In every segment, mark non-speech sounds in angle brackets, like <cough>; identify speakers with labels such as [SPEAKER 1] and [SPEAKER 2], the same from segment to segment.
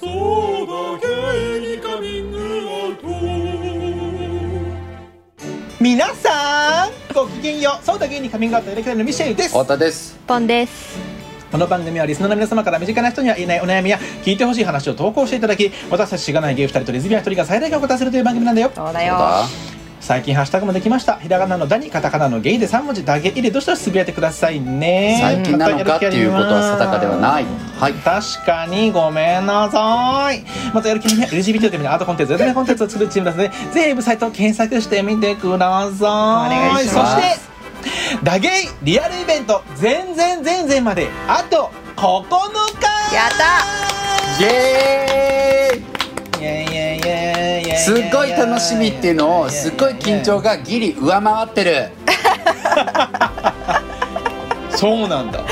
[SPEAKER 1] そうだけにカミングアウト
[SPEAKER 2] 皆さんごきげんようそうだ芸人カミングアウトディレクターのミシェルです
[SPEAKER 3] 太田です
[SPEAKER 4] ポンです。
[SPEAKER 2] この番組はリスナーの皆様から身近な人には言えないお悩みや聞いてほしい話を投稿していただき私たちしがないゲイ2人とレズビアン1人が最大限お答えするという番組なんだよ
[SPEAKER 4] そうだ
[SPEAKER 3] 太
[SPEAKER 4] よ。
[SPEAKER 3] 田
[SPEAKER 2] 最近ハッシュタグもできましたひらがなの「ダ」にカタカナの「ゲイ」で3文字「ダゲイ」でどしどしつぶやいてくださいね
[SPEAKER 3] 最近なのかっていうことは定かではないはい
[SPEAKER 2] 確かにごめんなさいまたやる気にね LGBT をテーマにアートコンテンツエンタメコンテンツを作るチームですねぜひウェブサイトを検索してみてくださいお
[SPEAKER 4] 願いしま
[SPEAKER 2] そ
[SPEAKER 4] す
[SPEAKER 2] してダゲイリアルイベント全然全然まであと9日
[SPEAKER 4] やった
[SPEAKER 3] イエーイ
[SPEAKER 2] イエイイエイイエイイエイ
[SPEAKER 3] すっごい楽しみっていうのをすっごい緊張がギリ上回ってる
[SPEAKER 2] そうなんだ
[SPEAKER 3] う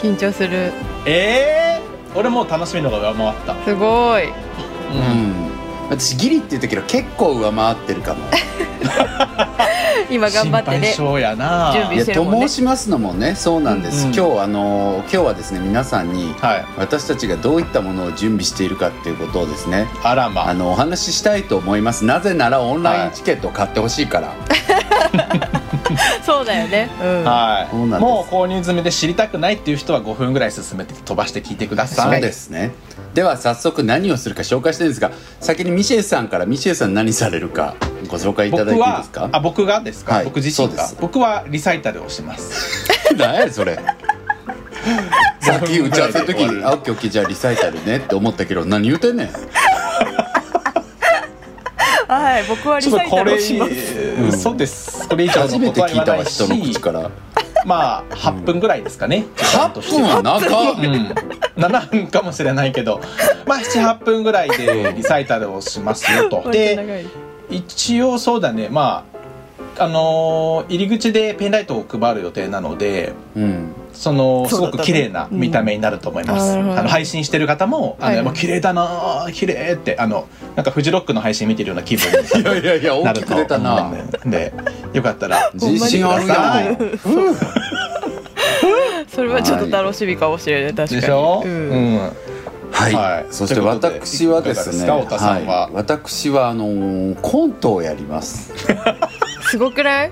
[SPEAKER 4] 緊張する。
[SPEAKER 2] えー、俺もう楽しみの方が上回った
[SPEAKER 4] すごい。
[SPEAKER 3] ん、うん、私ギリって言ったけど結構上回ってるかも
[SPEAKER 4] 今頑張ってね。
[SPEAKER 2] 心配性やな
[SPEAKER 4] 準備
[SPEAKER 3] いや
[SPEAKER 4] して
[SPEAKER 3] と
[SPEAKER 4] るもんね
[SPEAKER 3] 申しますのもねそうなんです、
[SPEAKER 2] うん
[SPEAKER 3] 今日あの今日はですね皆さんに
[SPEAKER 2] はい
[SPEAKER 3] 私たちがどういったものを準備しているかっていうことをですね
[SPEAKER 2] あらま
[SPEAKER 3] あのお話ししたいと思いますなぜならオンラインチケットを買ってほしいから、
[SPEAKER 4] そうだよね。うん。
[SPEAKER 2] はい
[SPEAKER 3] そうなんです
[SPEAKER 2] もう購入済みで知りたくないっていう人は5分ぐらい進めて飛ばして聞いてくだ
[SPEAKER 3] そ
[SPEAKER 2] さ
[SPEAKER 3] う
[SPEAKER 2] い
[SPEAKER 3] ですねでは早速何をするか紹介してるんですが先にミシェルさんからミシェルさん何されるかご紹介いた
[SPEAKER 2] 僕
[SPEAKER 3] だいていいで
[SPEAKER 2] は
[SPEAKER 3] すか
[SPEAKER 2] あ僕がですか、
[SPEAKER 3] はい
[SPEAKER 2] 僕自身
[SPEAKER 3] そうで
[SPEAKER 2] が
[SPEAKER 3] す
[SPEAKER 2] 僕はリサイタルをしてます
[SPEAKER 3] 何やそれ
[SPEAKER 2] <laughs>
[SPEAKER 3] さっき打ち合わせの時
[SPEAKER 2] はい
[SPEAKER 3] に「あオッケーオッケーじゃあリサイタルね」って思ったけど何言うてんねん
[SPEAKER 4] はい。僕はリ
[SPEAKER 2] ちょっ
[SPEAKER 4] サ
[SPEAKER 2] と
[SPEAKER 4] イタ
[SPEAKER 2] こ
[SPEAKER 4] ル
[SPEAKER 2] れ
[SPEAKER 4] をします。
[SPEAKER 3] ん
[SPEAKER 2] そうですこれ以上
[SPEAKER 3] 初
[SPEAKER 2] の
[SPEAKER 3] め
[SPEAKER 2] こと
[SPEAKER 3] て
[SPEAKER 2] は
[SPEAKER 3] 聞
[SPEAKER 2] 言わ
[SPEAKER 3] いた
[SPEAKER 2] な
[SPEAKER 3] わ
[SPEAKER 2] いし
[SPEAKER 3] 人の口から
[SPEAKER 2] まあ8分ぐらいですかね、時間と
[SPEAKER 3] 8
[SPEAKER 2] して
[SPEAKER 3] 分
[SPEAKER 2] は
[SPEAKER 3] は長
[SPEAKER 2] う
[SPEAKER 3] っ
[SPEAKER 2] ん、7分かもしれないけどまあ78分ぐらいでリサイタルをしますよ
[SPEAKER 4] <laughs>
[SPEAKER 2] と
[SPEAKER 4] めっちゃ
[SPEAKER 2] で
[SPEAKER 4] 長い
[SPEAKER 2] 一応そうだねまああのー入り口でペンライトを配る予定なので
[SPEAKER 3] うん
[SPEAKER 2] そのす
[SPEAKER 4] そうだ
[SPEAKER 2] ご
[SPEAKER 4] った
[SPEAKER 2] く
[SPEAKER 4] ね
[SPEAKER 2] 綺麗な見た目になると思います、
[SPEAKER 4] うんあーなるほど
[SPEAKER 2] あの配信してる方も「あの
[SPEAKER 4] はいはい
[SPEAKER 2] もう綺麗だなー綺麗ってあのなんかフジロックの配信見てるような気分に
[SPEAKER 3] いやいやいや
[SPEAKER 2] なる
[SPEAKER 3] 大き
[SPEAKER 2] と
[SPEAKER 3] く出たな
[SPEAKER 2] 思うんでよかったら
[SPEAKER 3] 自信あるやん
[SPEAKER 4] それはちょっと楽しみかもしれない。確かに。
[SPEAKER 2] でしょ、う
[SPEAKER 4] うん
[SPEAKER 2] ん、
[SPEAKER 3] はい、
[SPEAKER 2] はい
[SPEAKER 3] そして私はですね、
[SPEAKER 2] ということでいかがですか太田さんはい
[SPEAKER 3] 私はあのーコントをやります、
[SPEAKER 4] すごくない？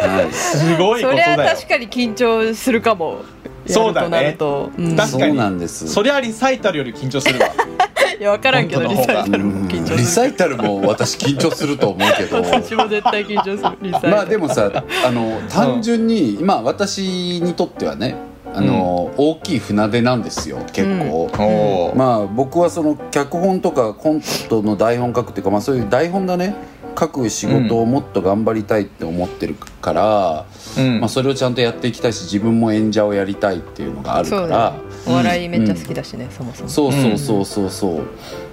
[SPEAKER 3] はい、
[SPEAKER 2] すごいこ
[SPEAKER 4] そ
[SPEAKER 2] と
[SPEAKER 4] れは
[SPEAKER 2] だよ
[SPEAKER 4] 確かに緊張するかも。
[SPEAKER 2] そうだね
[SPEAKER 4] やるとなると。う
[SPEAKER 2] 確
[SPEAKER 4] ん。
[SPEAKER 2] かに
[SPEAKER 3] そうなんです
[SPEAKER 2] そりゃリサイタルより緊張す
[SPEAKER 4] <laughs>
[SPEAKER 2] るわ
[SPEAKER 4] いやわからんけどリ
[SPEAKER 2] 本当
[SPEAKER 4] サ
[SPEAKER 2] の
[SPEAKER 4] イ
[SPEAKER 2] 方
[SPEAKER 4] タ
[SPEAKER 3] う
[SPEAKER 4] ルも
[SPEAKER 3] ん
[SPEAKER 4] 緊張
[SPEAKER 3] リ
[SPEAKER 4] する。
[SPEAKER 3] サイタルも私緊張すると思うけど
[SPEAKER 4] <laughs> 私も絶対緊張する。リサイタル。
[SPEAKER 3] まあでもさあの単純に、まあ私にとってはねあの、大きい船出なんですよ結構、
[SPEAKER 2] おー
[SPEAKER 3] まあ僕はその脚本とかコントの台本書くっていうか、まあ、そういう台本がね書く仕事をもっと頑張りたいって思ってるから、
[SPEAKER 2] うん
[SPEAKER 3] まあ、それをちゃんとやっていきたいし自分も演者をやりたいっていうのがあるか
[SPEAKER 4] そう
[SPEAKER 3] ら
[SPEAKER 4] だね。お笑いめっちゃ好きだしね、そもそも。
[SPEAKER 3] そうそうそうそうそう、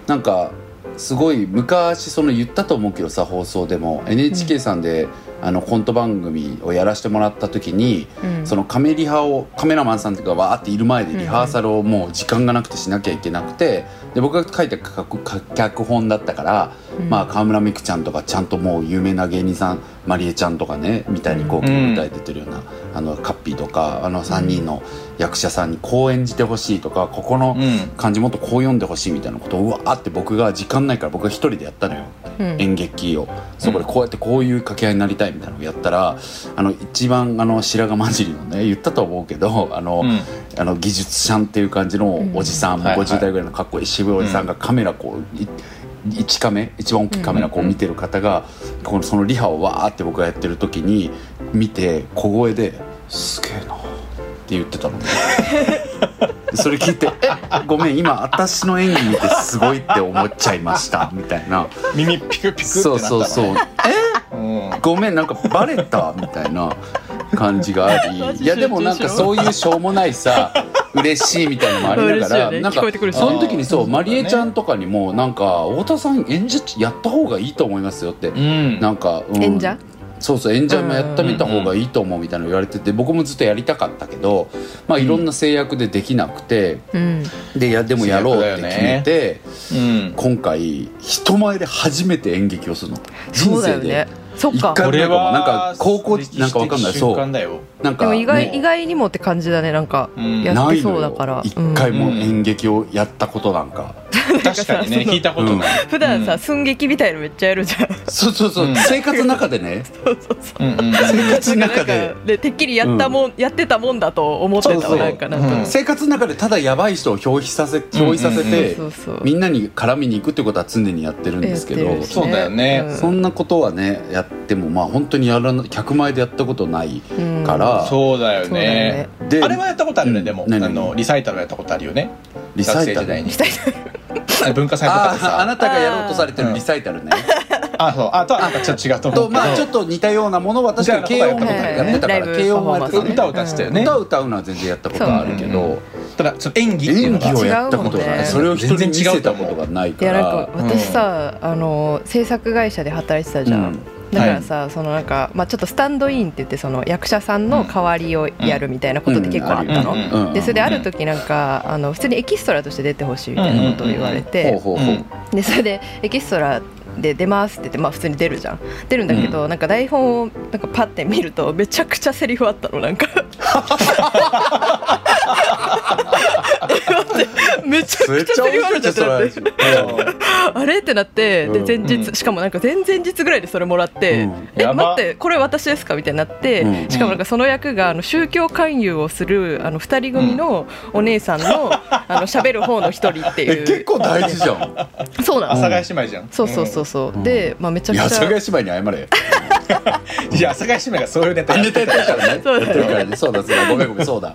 [SPEAKER 3] なんかすごい昔その言ったと思うけどさ放送でも NHK さんで、あのコント番組をやらせてもらった時に、
[SPEAKER 4] うん
[SPEAKER 3] そのカメリハをカメラマンさんとかわーっている前で
[SPEAKER 4] うん
[SPEAKER 3] リハーサルをもう時間がなくてしなきゃいけなくてで僕が書いた脚脚本だったから、
[SPEAKER 4] うん
[SPEAKER 3] まあ、河村美空ちゃんとかちゃんともう有名な芸人さんまりえちゃんとかねみたいにこう
[SPEAKER 2] うん
[SPEAKER 3] 舞台出てるような、あのカッピーとかあの3人の役者さんにこう演じてほしいとかここの
[SPEAKER 2] うん
[SPEAKER 3] 漢字もっとこう読んでほしいみたいなことをうわーって僕が時間ないから僕が一人でやったのよ、
[SPEAKER 4] うん
[SPEAKER 3] 演劇をそこでこうやってこういう掛け合いになりたいみたいなのをやったらあの一番あの白髪混じりのね言ったと思うけどあの、
[SPEAKER 2] うん
[SPEAKER 3] あの技術者んっていう感じのおじさん、
[SPEAKER 2] ん
[SPEAKER 3] もう
[SPEAKER 2] はいはい
[SPEAKER 3] 50代ぐらいのかっこいい渋いおじさんがカメラこう、い一カメ一番大きいカメラこう見てる方が、このそのリハをわーって僕がやってる時に見て小声で「すげえな」って言ってたの <laughs> ねそれ聞いて「えごめん今私の演技見てすごいって思っちゃいました」みたいな
[SPEAKER 2] 耳ピクピクってなったの
[SPEAKER 3] そう
[SPEAKER 2] ね
[SPEAKER 3] そうそう
[SPEAKER 2] うん
[SPEAKER 3] ごめんなんかバレたみたいな感じがあ
[SPEAKER 4] <laughs> マ
[SPEAKER 3] り
[SPEAKER 4] ジ
[SPEAKER 3] いやでもなんかそういうしょうもないさ嬉しいみたいなのもありな
[SPEAKER 4] 嬉しい
[SPEAKER 3] が
[SPEAKER 4] よ
[SPEAKER 3] ら
[SPEAKER 4] ね
[SPEAKER 3] なんか
[SPEAKER 4] 聞こえてくるしね
[SPEAKER 3] その時にそう
[SPEAKER 2] そうだ
[SPEAKER 3] ま
[SPEAKER 2] ね
[SPEAKER 3] りえちゃんとかにもなんか太田さん演者やった方がいいと思いますよって
[SPEAKER 2] うん
[SPEAKER 3] なんかうん
[SPEAKER 4] 演者
[SPEAKER 3] そうそう演者もやったみた方がいいと思うみたいなの言われてて僕もずっとやりたかったけどまあいろんな制約でできなくて
[SPEAKER 4] うん。
[SPEAKER 3] でいやでもやろうって決めて
[SPEAKER 2] うん
[SPEAKER 3] 今回人前で初めて演劇をするの
[SPEAKER 4] そ
[SPEAKER 3] 人
[SPEAKER 4] うだよ
[SPEAKER 3] 生で
[SPEAKER 4] ね。そっか
[SPEAKER 3] 一回
[SPEAKER 2] これは
[SPEAKER 3] なんか高校なんかわかんないそう
[SPEAKER 2] 瞬間だよ
[SPEAKER 3] なん
[SPEAKER 4] で
[SPEAKER 3] か
[SPEAKER 4] も
[SPEAKER 3] ね、
[SPEAKER 4] 意外,、意外にもって感じだねなんか
[SPEAKER 2] うん
[SPEAKER 4] やってそうだから、
[SPEAKER 3] ないのよ一回
[SPEAKER 4] うん
[SPEAKER 3] も演劇をやったことなんか、
[SPEAKER 2] 確かにね
[SPEAKER 4] その
[SPEAKER 2] 聞いたことない、
[SPEAKER 4] 普段さ、
[SPEAKER 2] うん
[SPEAKER 4] 寸劇みたいのめっちゃやるじゃん
[SPEAKER 3] そうそうそう、
[SPEAKER 2] うん
[SPEAKER 3] 生活の中でね
[SPEAKER 4] そうそうそう
[SPEAKER 2] うんうんうん
[SPEAKER 3] 生活の
[SPEAKER 4] なんか
[SPEAKER 3] 中で
[SPEAKER 4] でてっきりやったもん、やってたもんだと思ってたわ
[SPEAKER 3] そうそう
[SPEAKER 4] なんかなんとな
[SPEAKER 2] うん
[SPEAKER 4] く
[SPEAKER 3] 生活の中でただやばい人を表皮させ表皮させて、
[SPEAKER 4] そうそう
[SPEAKER 3] みんなに絡みに行くってことは常にやってるんですけ
[SPEAKER 4] やって
[SPEAKER 3] ど
[SPEAKER 4] るし
[SPEAKER 2] そうだよね
[SPEAKER 4] うん
[SPEAKER 3] そんなことはねやってもまあ本当にやらな客前でやったことない
[SPEAKER 4] うん
[SPEAKER 3] か
[SPEAKER 2] そうだよ
[SPEAKER 3] ら、
[SPEAKER 4] そうだよ
[SPEAKER 2] ね
[SPEAKER 4] ね
[SPEAKER 3] で
[SPEAKER 2] あれはやったことあるよねでも
[SPEAKER 3] うん
[SPEAKER 2] あ
[SPEAKER 3] 何
[SPEAKER 2] のリサイタルはやったことあるよね
[SPEAKER 3] リサイタ
[SPEAKER 2] 学生時代
[SPEAKER 3] ル
[SPEAKER 2] に
[SPEAKER 4] したいな
[SPEAKER 2] 文化祭 <laughs> とか
[SPEAKER 3] あ
[SPEAKER 2] で
[SPEAKER 3] ああ
[SPEAKER 2] さ
[SPEAKER 3] なたがやろうとされて
[SPEAKER 2] う
[SPEAKER 3] る
[SPEAKER 2] ん
[SPEAKER 3] リサイタルね、
[SPEAKER 2] あそうあとはなんかちょっと違うと思う
[SPEAKER 3] と
[SPEAKER 2] けど、
[SPEAKER 3] まあちょっと似たようなものは確かに
[SPEAKER 2] じゃ
[SPEAKER 3] 軽
[SPEAKER 2] あ
[SPEAKER 3] 音もやってたか
[SPEAKER 4] ライ
[SPEAKER 3] ら
[SPEAKER 4] ブ
[SPEAKER 3] 軽音もやってた
[SPEAKER 4] パフォーマンスね
[SPEAKER 2] 歌を歌ってたよね
[SPEAKER 3] 歌を歌うのは全然やったことはあるけ
[SPEAKER 2] そう
[SPEAKER 3] ど、
[SPEAKER 2] ただちょっと演技っていう
[SPEAKER 3] 演
[SPEAKER 2] のが
[SPEAKER 3] 技をやったことがない、
[SPEAKER 4] 違うもんね
[SPEAKER 3] それを人に見せたことがない
[SPEAKER 4] い
[SPEAKER 3] か
[SPEAKER 4] やなん
[SPEAKER 3] ら
[SPEAKER 4] か私さ、あの制作会社で働いてたじゃん、
[SPEAKER 3] うん
[SPEAKER 4] だからさ、そのなんか、まあ、ちょっとスタンドインって言ってその役者さんの代わりをやるみたいなことで結構あったの、
[SPEAKER 2] うんうん
[SPEAKER 3] うん
[SPEAKER 4] でそれである時なんかあの普通にエキストラとして出てほしいみたいなことを言われて、
[SPEAKER 3] ほうほうほう、
[SPEAKER 4] でそれでエキストラで出ますって言って、まあ、普通に出るじゃん出るんだけど、なんか台本をなんかパッて見るとめちゃくちゃセリフあったのなん
[SPEAKER 3] <laughs>
[SPEAKER 4] か待ってめちゃ
[SPEAKER 3] め
[SPEAKER 4] く
[SPEAKER 3] っ
[SPEAKER 4] ちゃ
[SPEAKER 3] ちゃ
[SPEAKER 4] セリ
[SPEAKER 3] 面
[SPEAKER 4] フ
[SPEAKER 3] 白
[SPEAKER 4] ある
[SPEAKER 3] い
[SPEAKER 4] じ
[SPEAKER 3] じ
[SPEAKER 4] ゃ
[SPEAKER 3] ゃ
[SPEAKER 4] ん
[SPEAKER 3] ん
[SPEAKER 4] って
[SPEAKER 3] そ
[SPEAKER 4] なって
[SPEAKER 3] れ
[SPEAKER 4] あれってなってで
[SPEAKER 3] うん
[SPEAKER 4] 前日、
[SPEAKER 2] うん
[SPEAKER 4] しかもなんか前々日ぐらいでそれもらって、
[SPEAKER 3] うん
[SPEAKER 4] え
[SPEAKER 2] やば
[SPEAKER 4] 待ってこれ私ですかみたいになって、
[SPEAKER 3] うん
[SPEAKER 4] しかもなんかその役があの宗教勧誘をするあの二人組のお姉さんの、
[SPEAKER 3] <laughs>
[SPEAKER 4] あの喋る方の一人って
[SPEAKER 3] え
[SPEAKER 4] いう
[SPEAKER 3] 結構大事じゃん
[SPEAKER 4] そうな
[SPEAKER 2] 阿
[SPEAKER 4] の
[SPEAKER 2] 佐ヶ谷姉妹じゃん、
[SPEAKER 4] そうそうそううそう、
[SPEAKER 3] ん
[SPEAKER 4] で、まあ、めちゃ
[SPEAKER 3] い
[SPEAKER 4] くち
[SPEAKER 3] や
[SPEAKER 4] ゃ
[SPEAKER 3] 阿佐ヶ谷姉妹に謝れ
[SPEAKER 2] んいや阿佐ヶ谷姉妹がそういうネタや
[SPEAKER 3] ネ
[SPEAKER 2] っ
[SPEAKER 3] タ
[SPEAKER 2] て
[SPEAKER 3] やって
[SPEAKER 2] た
[SPEAKER 3] る <laughs> からね
[SPEAKER 4] そうだ
[SPEAKER 3] やってるからねそうだそうだごめんごめんそうだ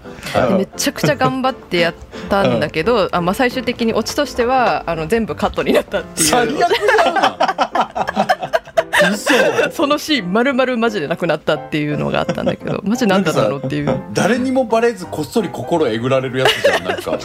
[SPEAKER 2] う
[SPEAKER 4] めちゃくちゃ頑張ってやったんだけど、あまあ、最終的にオチとしてはあの全部カットになったって
[SPEAKER 3] 最
[SPEAKER 4] い
[SPEAKER 3] 悪
[SPEAKER 4] う
[SPEAKER 3] だ
[SPEAKER 4] <laughs>
[SPEAKER 3] な嘘
[SPEAKER 4] そのシーンまるまるマジでなくなったっていうのがあったんだ
[SPEAKER 3] <laughs>
[SPEAKER 4] けどマジ何だったのっていう
[SPEAKER 3] 誰にもバレずこっそり心えぐられるやつじゃんなんか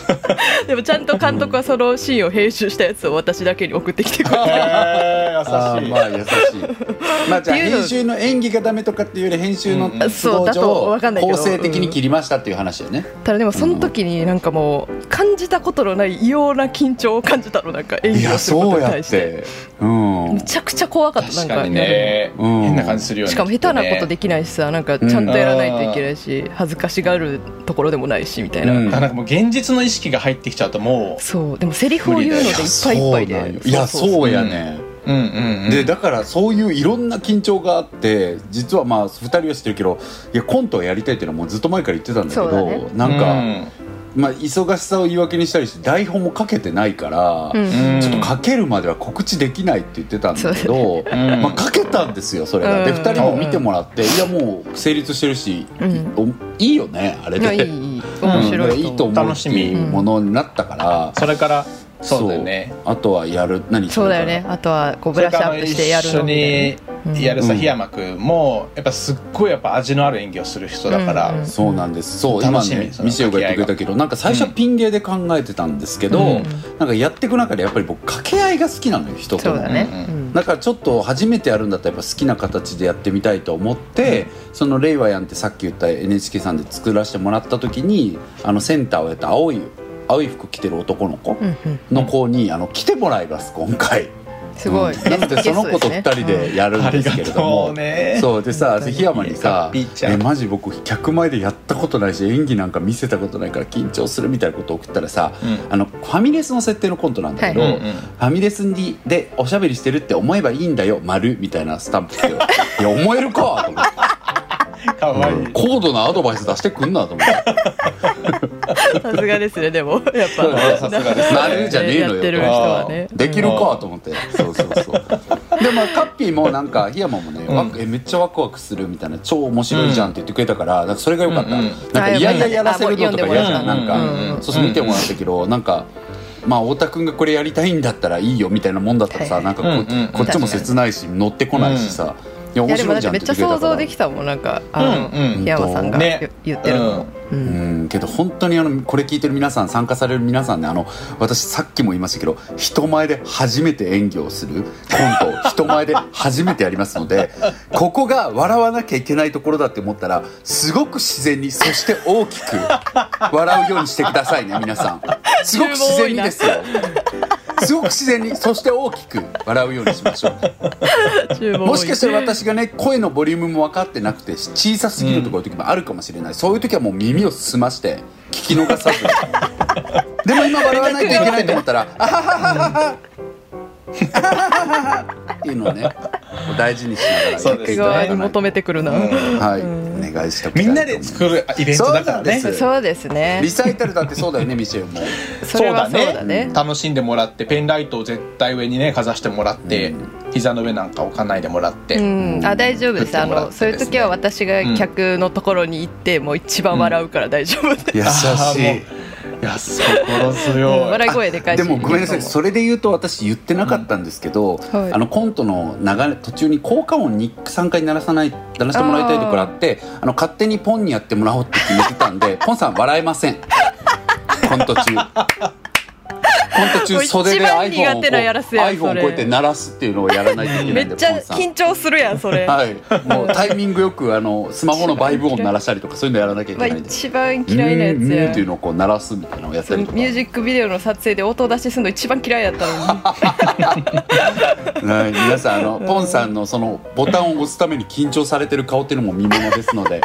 [SPEAKER 4] でもちゃんと監督はそのシーンを編集したやつを私だけに送ってきて
[SPEAKER 3] <laughs>
[SPEAKER 4] くれた
[SPEAKER 2] へ
[SPEAKER 3] あ
[SPEAKER 2] ー優
[SPEAKER 3] ー
[SPEAKER 2] しい、
[SPEAKER 3] まあ優し
[SPEAKER 4] <laughs>
[SPEAKER 3] いまあじゃあ
[SPEAKER 4] っていうの
[SPEAKER 3] 編集の演技がダメとかっていうより編集の
[SPEAKER 2] うん
[SPEAKER 3] 都
[SPEAKER 4] そう
[SPEAKER 3] 合
[SPEAKER 4] だと
[SPEAKER 3] 上
[SPEAKER 4] わかんないけ
[SPEAKER 3] 構
[SPEAKER 4] ど
[SPEAKER 3] 成的に切りましたっていう話だよね
[SPEAKER 4] ただでもその時になんかもう感じたことのない異様な緊張を感じたのなんか演
[SPEAKER 3] い
[SPEAKER 4] 技を
[SPEAKER 3] や
[SPEAKER 4] すること
[SPEAKER 3] そう
[SPEAKER 4] に
[SPEAKER 3] や
[SPEAKER 4] 対
[SPEAKER 3] っ
[SPEAKER 4] して
[SPEAKER 3] てうん
[SPEAKER 4] めちゃくちゃ怖かったな
[SPEAKER 2] 確
[SPEAKER 4] んか
[SPEAKER 2] かにね、
[SPEAKER 3] うん
[SPEAKER 2] 変な感じするよね
[SPEAKER 4] しかも下手なことできないしさなんかちゃんとやらないといけないし、恥ずかしがるところでもないしみたいな、
[SPEAKER 3] うん
[SPEAKER 2] だからなんかもう現実の意識が入ってきちゃうとも
[SPEAKER 4] そうでもセリフを言うのでいっぱいいっぱいで
[SPEAKER 3] いやそうやね、
[SPEAKER 2] ううんうん、うん、
[SPEAKER 3] でだからそういういろんな緊張があって実はまあ2人は知ってるけどいやコントをやりたいっていうのはもうずっと前から言ってたんだけど
[SPEAKER 4] そうだね
[SPEAKER 3] なん
[SPEAKER 2] う
[SPEAKER 3] か、まあ、忙しさを言い訳にしたりして台本も書けてないから、
[SPEAKER 4] うん
[SPEAKER 2] うん
[SPEAKER 3] ちょっと書けるまでは告知できないって言ってたんだけど、
[SPEAKER 2] うん
[SPEAKER 3] まあ、書けたんですよそれが。で
[SPEAKER 4] うん
[SPEAKER 3] 2人も見てもらって、いやもう成立してるし、
[SPEAKER 4] うん
[SPEAKER 3] おいいよねあれ
[SPEAKER 4] いや
[SPEAKER 3] で。
[SPEAKER 4] いいいい面白い,、
[SPEAKER 3] うんいいと思うっていうものになったから、
[SPEAKER 2] それからそうだよね
[SPEAKER 3] そうあとはやる何
[SPEAKER 4] そうだよねあとはこうブラッシュアップしてやるのみたいな
[SPEAKER 2] それからあの一緒にやるさ
[SPEAKER 3] うん
[SPEAKER 2] 檜山君もやっぱすっごいやっぱ味のある演技をする人だから、
[SPEAKER 4] うんうん
[SPEAKER 3] そうなんです。そう、
[SPEAKER 2] 楽
[SPEAKER 3] 今
[SPEAKER 2] しみ
[SPEAKER 3] ね
[SPEAKER 2] そ、の
[SPEAKER 3] ミシェルがやってくれたけど、なんか最初はピン芸で考えてたんですけど、
[SPEAKER 2] うん
[SPEAKER 3] なんかやっていく中でやっぱり僕、掛け合いが好きなのよ、人
[SPEAKER 4] そ
[SPEAKER 3] と
[SPEAKER 4] う
[SPEAKER 3] の。
[SPEAKER 4] だね、
[SPEAKER 2] う
[SPEAKER 4] うん
[SPEAKER 3] だからちょっと初めてやるんだったらやっぱ好きな形でやってみたいと思って、その「令和やん」ってさっき言った NHK さんで作らせてもらった時にあのセンターをやった青い青い服着てる男の子
[SPEAKER 4] うんうん
[SPEAKER 3] の子にあの来てもらいます今回。
[SPEAKER 4] すごい、
[SPEAKER 3] うんなのでその子と2人でやるん
[SPEAKER 2] あり
[SPEAKER 3] です
[SPEAKER 2] が
[SPEAKER 3] けれども、
[SPEAKER 2] とうね
[SPEAKER 3] そうでさ檜山に
[SPEAKER 2] いい
[SPEAKER 3] さ
[SPEAKER 2] かピッチャー
[SPEAKER 3] えマジ僕客前でやったことないし演技なんか見せたことないから緊張するみたいなこと送ったらさ、
[SPEAKER 2] うん
[SPEAKER 3] あのファミレスの設定のコントなんだけど、
[SPEAKER 2] はいうんうん
[SPEAKER 3] ファミレスにでおしゃべりしてるって思えばいいんだよ丸みたいなスタンプ来ていや思えるかと思って
[SPEAKER 2] かわいい、
[SPEAKER 3] 高度なアドバイス出してくんなと思って
[SPEAKER 4] さすがですねでもやっ
[SPEAKER 3] そうだね
[SPEAKER 2] さ
[SPEAKER 4] ぱ
[SPEAKER 2] すがですね
[SPEAKER 3] 丸じゃねえのよ
[SPEAKER 4] やってる人はね
[SPEAKER 3] できるかと思って、そうそうそうでまあカッピーもなんか檜山もね、
[SPEAKER 2] うん
[SPEAKER 3] ワクえめっちゃワクワクするみたいな超面白いじゃんって言ってくれたから,、なんかそれが良かった、
[SPEAKER 2] うんうん
[SPEAKER 3] なんかいやいややらせるのとか嫌じゃ
[SPEAKER 4] あ
[SPEAKER 3] ん
[SPEAKER 4] も
[SPEAKER 3] な
[SPEAKER 4] う
[SPEAKER 3] ん
[SPEAKER 4] 読んでもらった
[SPEAKER 3] か、
[SPEAKER 4] うん
[SPEAKER 3] そうそう見てもらったけど、なんかまあ太田君がこれやりたいんだったらいいよみたいなもんだったらさ、
[SPEAKER 4] はい
[SPEAKER 3] なんかこ,、
[SPEAKER 2] うんうんうん
[SPEAKER 3] こっちも切ないし乗ってこないしさ、いや
[SPEAKER 4] いや
[SPEAKER 3] 面
[SPEAKER 4] で
[SPEAKER 3] 白
[SPEAKER 4] も
[SPEAKER 3] い
[SPEAKER 4] だっ
[SPEAKER 3] じ
[SPEAKER 4] て
[SPEAKER 3] ゃん
[SPEAKER 4] め
[SPEAKER 3] っ
[SPEAKER 4] ってち
[SPEAKER 3] 言
[SPEAKER 4] ゃ
[SPEAKER 3] ってくれたか
[SPEAKER 4] 想像
[SPEAKER 3] ら
[SPEAKER 4] できたもんなんかあの、
[SPEAKER 2] うんうん
[SPEAKER 4] 檜山さんが、
[SPEAKER 2] ね
[SPEAKER 4] 言ってるのも、うん
[SPEAKER 3] うんけど本当にあのこれ聞いてる皆さん参加される皆さんねあの私さっきも言いましたけど人前で初めて演技をするコントを人前で初めてやりますのでここが笑わなきゃいけないところだって思ったらすごく自然にそして大きく笑うようにしてくださいね皆さんすごく自然にですよすごく自然にそして大きく笑うようにしましょう
[SPEAKER 4] 注文
[SPEAKER 3] もしかしたら私がね声のボリュームも分かってなくて小さすぎるとかいう時もあるかもしれない、そういう時はもう耳を澄まして聞き逃さずでも今笑わないといけないと思ったら「あははははは」あははははっていうのをねこう大事にしながらやっていただ
[SPEAKER 4] 側
[SPEAKER 3] か
[SPEAKER 4] に
[SPEAKER 3] ない
[SPEAKER 4] 求
[SPEAKER 3] と
[SPEAKER 4] めてくるな、
[SPEAKER 3] はい、お願いしたく
[SPEAKER 2] みんなで作るイベントだからね
[SPEAKER 3] そうなんで
[SPEAKER 4] そうですね
[SPEAKER 3] リサイタルだってそうだよねミシェルも
[SPEAKER 4] それはそうだね
[SPEAKER 2] 楽しんでもらってペンライトを絶対上にねかざしてもらって、膝の上なんか置かないでもらって、
[SPEAKER 4] うん、あ大丈夫ですあ
[SPEAKER 2] 振ってもら
[SPEAKER 4] の
[SPEAKER 2] って
[SPEAKER 4] そういう時は私が
[SPEAKER 2] うん
[SPEAKER 4] 客のところに行って、もう一番笑うから大丈夫で、
[SPEAKER 3] 優
[SPEAKER 2] あ
[SPEAKER 3] し
[SPEAKER 2] ー
[SPEAKER 3] い
[SPEAKER 2] もういや心強い、
[SPEAKER 4] うん笑い声でかい
[SPEAKER 3] で
[SPEAKER 4] し
[SPEAKER 3] もごめんなさいそれで言うと私言ってなかったんですけど、
[SPEAKER 4] うんはい
[SPEAKER 3] あのコントの流れ途中に効果音に3回鳴らさない鳴らしてもらいたいところあってあの勝手にポンにやってもらおうって決めてたん
[SPEAKER 4] <laughs>
[SPEAKER 3] でポンさん笑えませんコント中コント
[SPEAKER 4] も
[SPEAKER 3] 中
[SPEAKER 4] う一番
[SPEAKER 3] 袖で iPhone をこう
[SPEAKER 4] 苦手なやらせやん
[SPEAKER 3] iPhone をこうやって鳴らすっていうのをやらないといけな
[SPEAKER 4] め
[SPEAKER 3] いんで
[SPEAKER 4] っちゃ
[SPEAKER 3] ポンさん
[SPEAKER 4] 緊張するやんそれ、
[SPEAKER 3] はい、もうタイミングよくあのスマホのバイブ音鳴らしたりとかそういうのやらなきゃい
[SPEAKER 4] まあ、
[SPEAKER 3] けないんで
[SPEAKER 4] 一番嫌いなや
[SPEAKER 3] うんうんっ
[SPEAKER 4] つ
[SPEAKER 3] ていう
[SPEAKER 4] や
[SPEAKER 3] のをこう鳴らすみたいなのをやった
[SPEAKER 4] そ
[SPEAKER 3] り
[SPEAKER 4] のミ
[SPEAKER 3] とか
[SPEAKER 4] ュージックビデオの撮影で音出しするの一番嫌いやったのに
[SPEAKER 3] はい、皆さんあの、ポンさんのそのボタンを押すために緊張されてる顔っていうのも見ものですので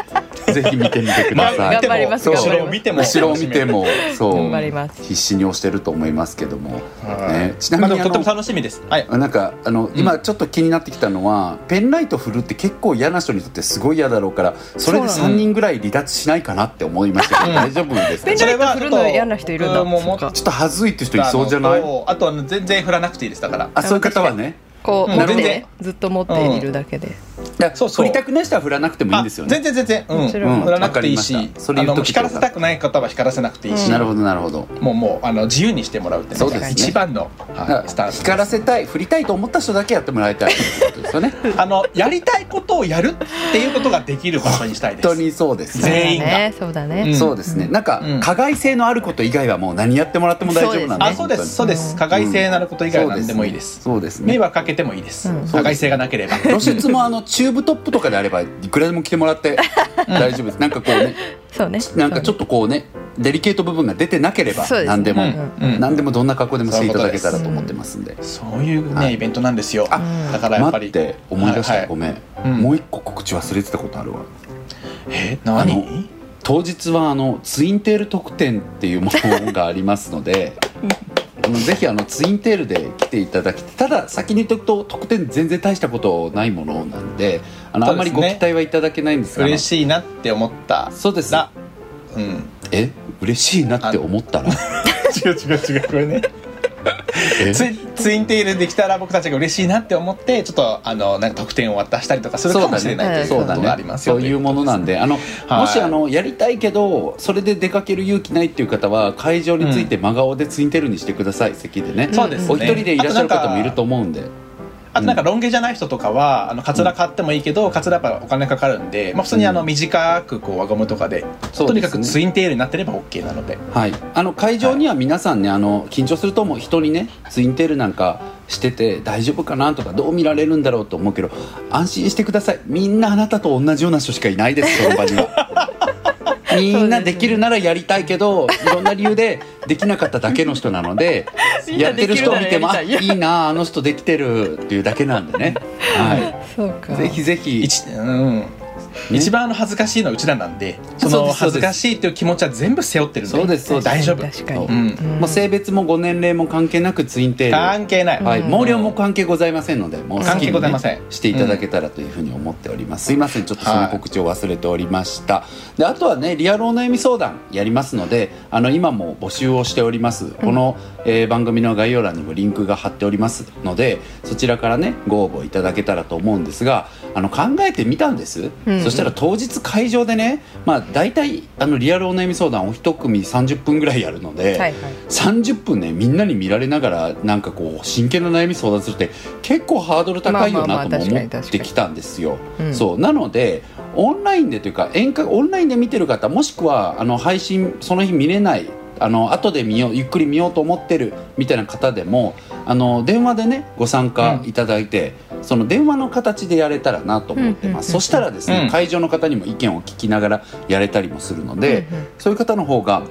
[SPEAKER 3] ぜひ見てみてくださ
[SPEAKER 4] まあ
[SPEAKER 3] い
[SPEAKER 4] 頑張ります
[SPEAKER 2] 後ろを見ても
[SPEAKER 3] 後ろを見てもそう
[SPEAKER 4] 頑張ります
[SPEAKER 3] 必死に押してると思いますけども、ね、ち
[SPEAKER 2] ま
[SPEAKER 3] な
[SPEAKER 2] あ
[SPEAKER 3] み
[SPEAKER 2] でも
[SPEAKER 3] にあ
[SPEAKER 2] とっても
[SPEAKER 3] の
[SPEAKER 2] 楽しみですはい
[SPEAKER 3] なんかあの、今ちょっと気になってきたのはペンライト振るって結構嫌な人にとってすごい嫌だろうからそれで
[SPEAKER 4] そうなの
[SPEAKER 3] 3人ぐらい離脱しないかなって思いましたけど、
[SPEAKER 2] うん
[SPEAKER 3] 大丈夫ですか
[SPEAKER 4] ペン
[SPEAKER 3] ちょ
[SPEAKER 4] ライト振るの嫌な人いるんだ
[SPEAKER 2] それはちょっと
[SPEAKER 4] そっか
[SPEAKER 3] ちょっと恥ずいって人いそうじゃない
[SPEAKER 2] とあとあの全然振らなくていいですだから
[SPEAKER 3] あそういう方はね
[SPEAKER 4] こう持
[SPEAKER 2] な
[SPEAKER 4] っ
[SPEAKER 2] るほど
[SPEAKER 4] てずっと持っているだけで、
[SPEAKER 3] いや
[SPEAKER 2] そうそう
[SPEAKER 3] 振りたくない人は振らなくてもいいんですよね
[SPEAKER 2] あ全然全然、
[SPEAKER 4] もちろん
[SPEAKER 2] うん、振らなくていいし、
[SPEAKER 3] わかりましたそれ言っ
[SPEAKER 2] あの
[SPEAKER 3] とき
[SPEAKER 2] 光らせたくない方は光らせなくていいし、
[SPEAKER 3] なるほどなるほど
[SPEAKER 2] もうもうあの自由にしてもらうって
[SPEAKER 3] そう
[SPEAKER 4] ですね
[SPEAKER 2] 一番の、
[SPEAKER 3] だか
[SPEAKER 2] はい、スタ
[SPEAKER 3] ら
[SPEAKER 2] ンス
[SPEAKER 3] 光らせたい振りたいと思った人だけやってもらいたいということですよね
[SPEAKER 2] <laughs> あのやりたいことをやるっていうことができる場所にしたいで
[SPEAKER 3] 本
[SPEAKER 2] す
[SPEAKER 3] 当にそうです
[SPEAKER 2] 全
[SPEAKER 3] ね
[SPEAKER 2] 員が
[SPEAKER 4] そうだ
[SPEAKER 2] う
[SPEAKER 4] ね
[SPEAKER 2] ん
[SPEAKER 3] そうですねなんか
[SPEAKER 2] うん
[SPEAKER 3] 加害性のあること以外はもう何やってもらっても大丈夫なんで
[SPEAKER 2] あそうですそうです加害性のあること以外は何でもいいです、
[SPEAKER 3] そうです
[SPEAKER 2] 迷
[SPEAKER 3] ね
[SPEAKER 2] 惑かけてもいいです、
[SPEAKER 4] うん
[SPEAKER 2] 加害性がなければ
[SPEAKER 3] 露出もあのチューブトップとかであればいくらでも着てもらって大丈夫ですなんかこうね
[SPEAKER 4] そうね
[SPEAKER 3] なんかちょっとこうねデリケート部分が出てなければ
[SPEAKER 4] そうですね
[SPEAKER 3] 何でも
[SPEAKER 2] うんうん
[SPEAKER 3] 何でもどんな格好でもしていただけたらと思ってますんで
[SPEAKER 2] そういうね、
[SPEAKER 3] はい
[SPEAKER 2] イベントなんですよ
[SPEAKER 3] あ
[SPEAKER 2] だからやっぱ
[SPEAKER 3] 待っ
[SPEAKER 2] り
[SPEAKER 3] て思い出した
[SPEAKER 2] はいはい
[SPEAKER 3] ごめん
[SPEAKER 2] うん
[SPEAKER 3] もう一個告知忘れてたことあるわ
[SPEAKER 2] え
[SPEAKER 3] あの
[SPEAKER 2] 何
[SPEAKER 3] 当日はあのツインテール特典っていうものがありますので
[SPEAKER 2] <laughs>
[SPEAKER 3] あのぜひあのツインテールで来ていただきただ先に言っとくと特典全然大したことないものなんであの
[SPEAKER 2] そ
[SPEAKER 3] あん
[SPEAKER 2] う
[SPEAKER 3] ま
[SPEAKER 2] ですね
[SPEAKER 3] りご期待はいただけないんですが
[SPEAKER 2] 嬉しいなって思った
[SPEAKER 3] あのそうです
[SPEAKER 2] らうん違
[SPEAKER 3] え嬉しいなって思ったら
[SPEAKER 2] う違う違うこれね
[SPEAKER 3] え
[SPEAKER 2] ツイツインテールできたら僕たちが嬉しいなって思ってちょっとあのなんか得点を渡したりとかするかもしれないとい
[SPEAKER 3] そうう
[SPEAKER 2] こ
[SPEAKER 3] だ
[SPEAKER 2] と
[SPEAKER 3] ね
[SPEAKER 2] があります
[SPEAKER 3] そ
[SPEAKER 2] よ
[SPEAKER 3] ういうものなんであの、
[SPEAKER 2] はい
[SPEAKER 3] もしあのやりたいけどそれで出かける勇気ないっていう方は会場について真顔でツインテールにしてください席でね
[SPEAKER 2] そうですね
[SPEAKER 3] お一人でいらっしゃる方もいると思うんで
[SPEAKER 2] あとなんかロン毛じゃない人とかはあのカツラ買ってもいいけど、カツラやっぱお金かかるんで、まあ、普通にあの短くこう輪ゴムとかで
[SPEAKER 3] そうですね
[SPEAKER 2] とにかくツインテールになってれば OK なので
[SPEAKER 3] はい、あの会場には皆さんね、あの緊張すると思う人にねツインテールなんかしてて大丈夫かなとかどう見られるんだろうと思うけど安心してくださいみんなあなたと同じような人しかいないですその場には
[SPEAKER 4] <laughs>
[SPEAKER 3] みんなできるならやりたいけどいろんな理由でできなかっただけの人なので
[SPEAKER 4] <laughs> みんな
[SPEAKER 3] やってる人を見てもあ
[SPEAKER 4] できるならやりた
[SPEAKER 3] いいなあの人できてるっていうだけなんでね、は
[SPEAKER 4] <laughs> そうか
[SPEAKER 3] い、ぜひぜひ
[SPEAKER 2] 一,、うん一番あの恥ずかしいのはうちらなんでそ
[SPEAKER 3] そうで
[SPEAKER 2] の
[SPEAKER 3] す
[SPEAKER 2] 恥
[SPEAKER 3] そうです
[SPEAKER 2] ずかしいっていう気持ちは全部背負ってるんで
[SPEAKER 3] そうですそうです
[SPEAKER 2] 大丈夫
[SPEAKER 4] 確かに
[SPEAKER 3] そう
[SPEAKER 2] うん
[SPEAKER 3] もう性別もご年齢も関係なくツインテール
[SPEAKER 2] 関係ない、
[SPEAKER 3] はい、毛量も関係ございませんので、もう好きにね
[SPEAKER 2] 関係ございません
[SPEAKER 3] していただけたらというふうに思っております。すいません、ちょっとその告知を忘れておりました。で、あとはね、リアルお悩み相談やりますので、あの今も募集をしております。この、えー番組の概要欄にもリンクが貼っておりますので、そちらからね、ご応募いただけたらと思うんですが、あの考えてみたんです。
[SPEAKER 4] うん
[SPEAKER 3] そしたら当日会場でね、まあ大体あのリアルお悩み相談を一組30分ぐらいやるので、
[SPEAKER 4] はいはい
[SPEAKER 3] 30分ねみんなに見られながらなんかこう真剣な悩み相談するって結構ハードル高いよ
[SPEAKER 4] まあま
[SPEAKER 3] な
[SPEAKER 4] あ
[SPEAKER 3] と
[SPEAKER 4] まあ
[SPEAKER 3] も思
[SPEAKER 4] 確か
[SPEAKER 3] っ
[SPEAKER 4] に
[SPEAKER 3] てきたんですよ。
[SPEAKER 4] うん
[SPEAKER 3] そうなのでオンラインでというか遠隔オンラインで見てる方もしくはあの配信その日見れないあの後で見ようゆっくり見ようと思ってるみたいな方でもあの電話でねご参加いただいて、その電話の形でやれたらなと思ってます。
[SPEAKER 4] うんうんうんうん
[SPEAKER 3] そしたらですね、
[SPEAKER 2] うん
[SPEAKER 3] 会場の方にも意見を聞きながらやれたりもするので、
[SPEAKER 4] うんうん
[SPEAKER 3] そういう方の方が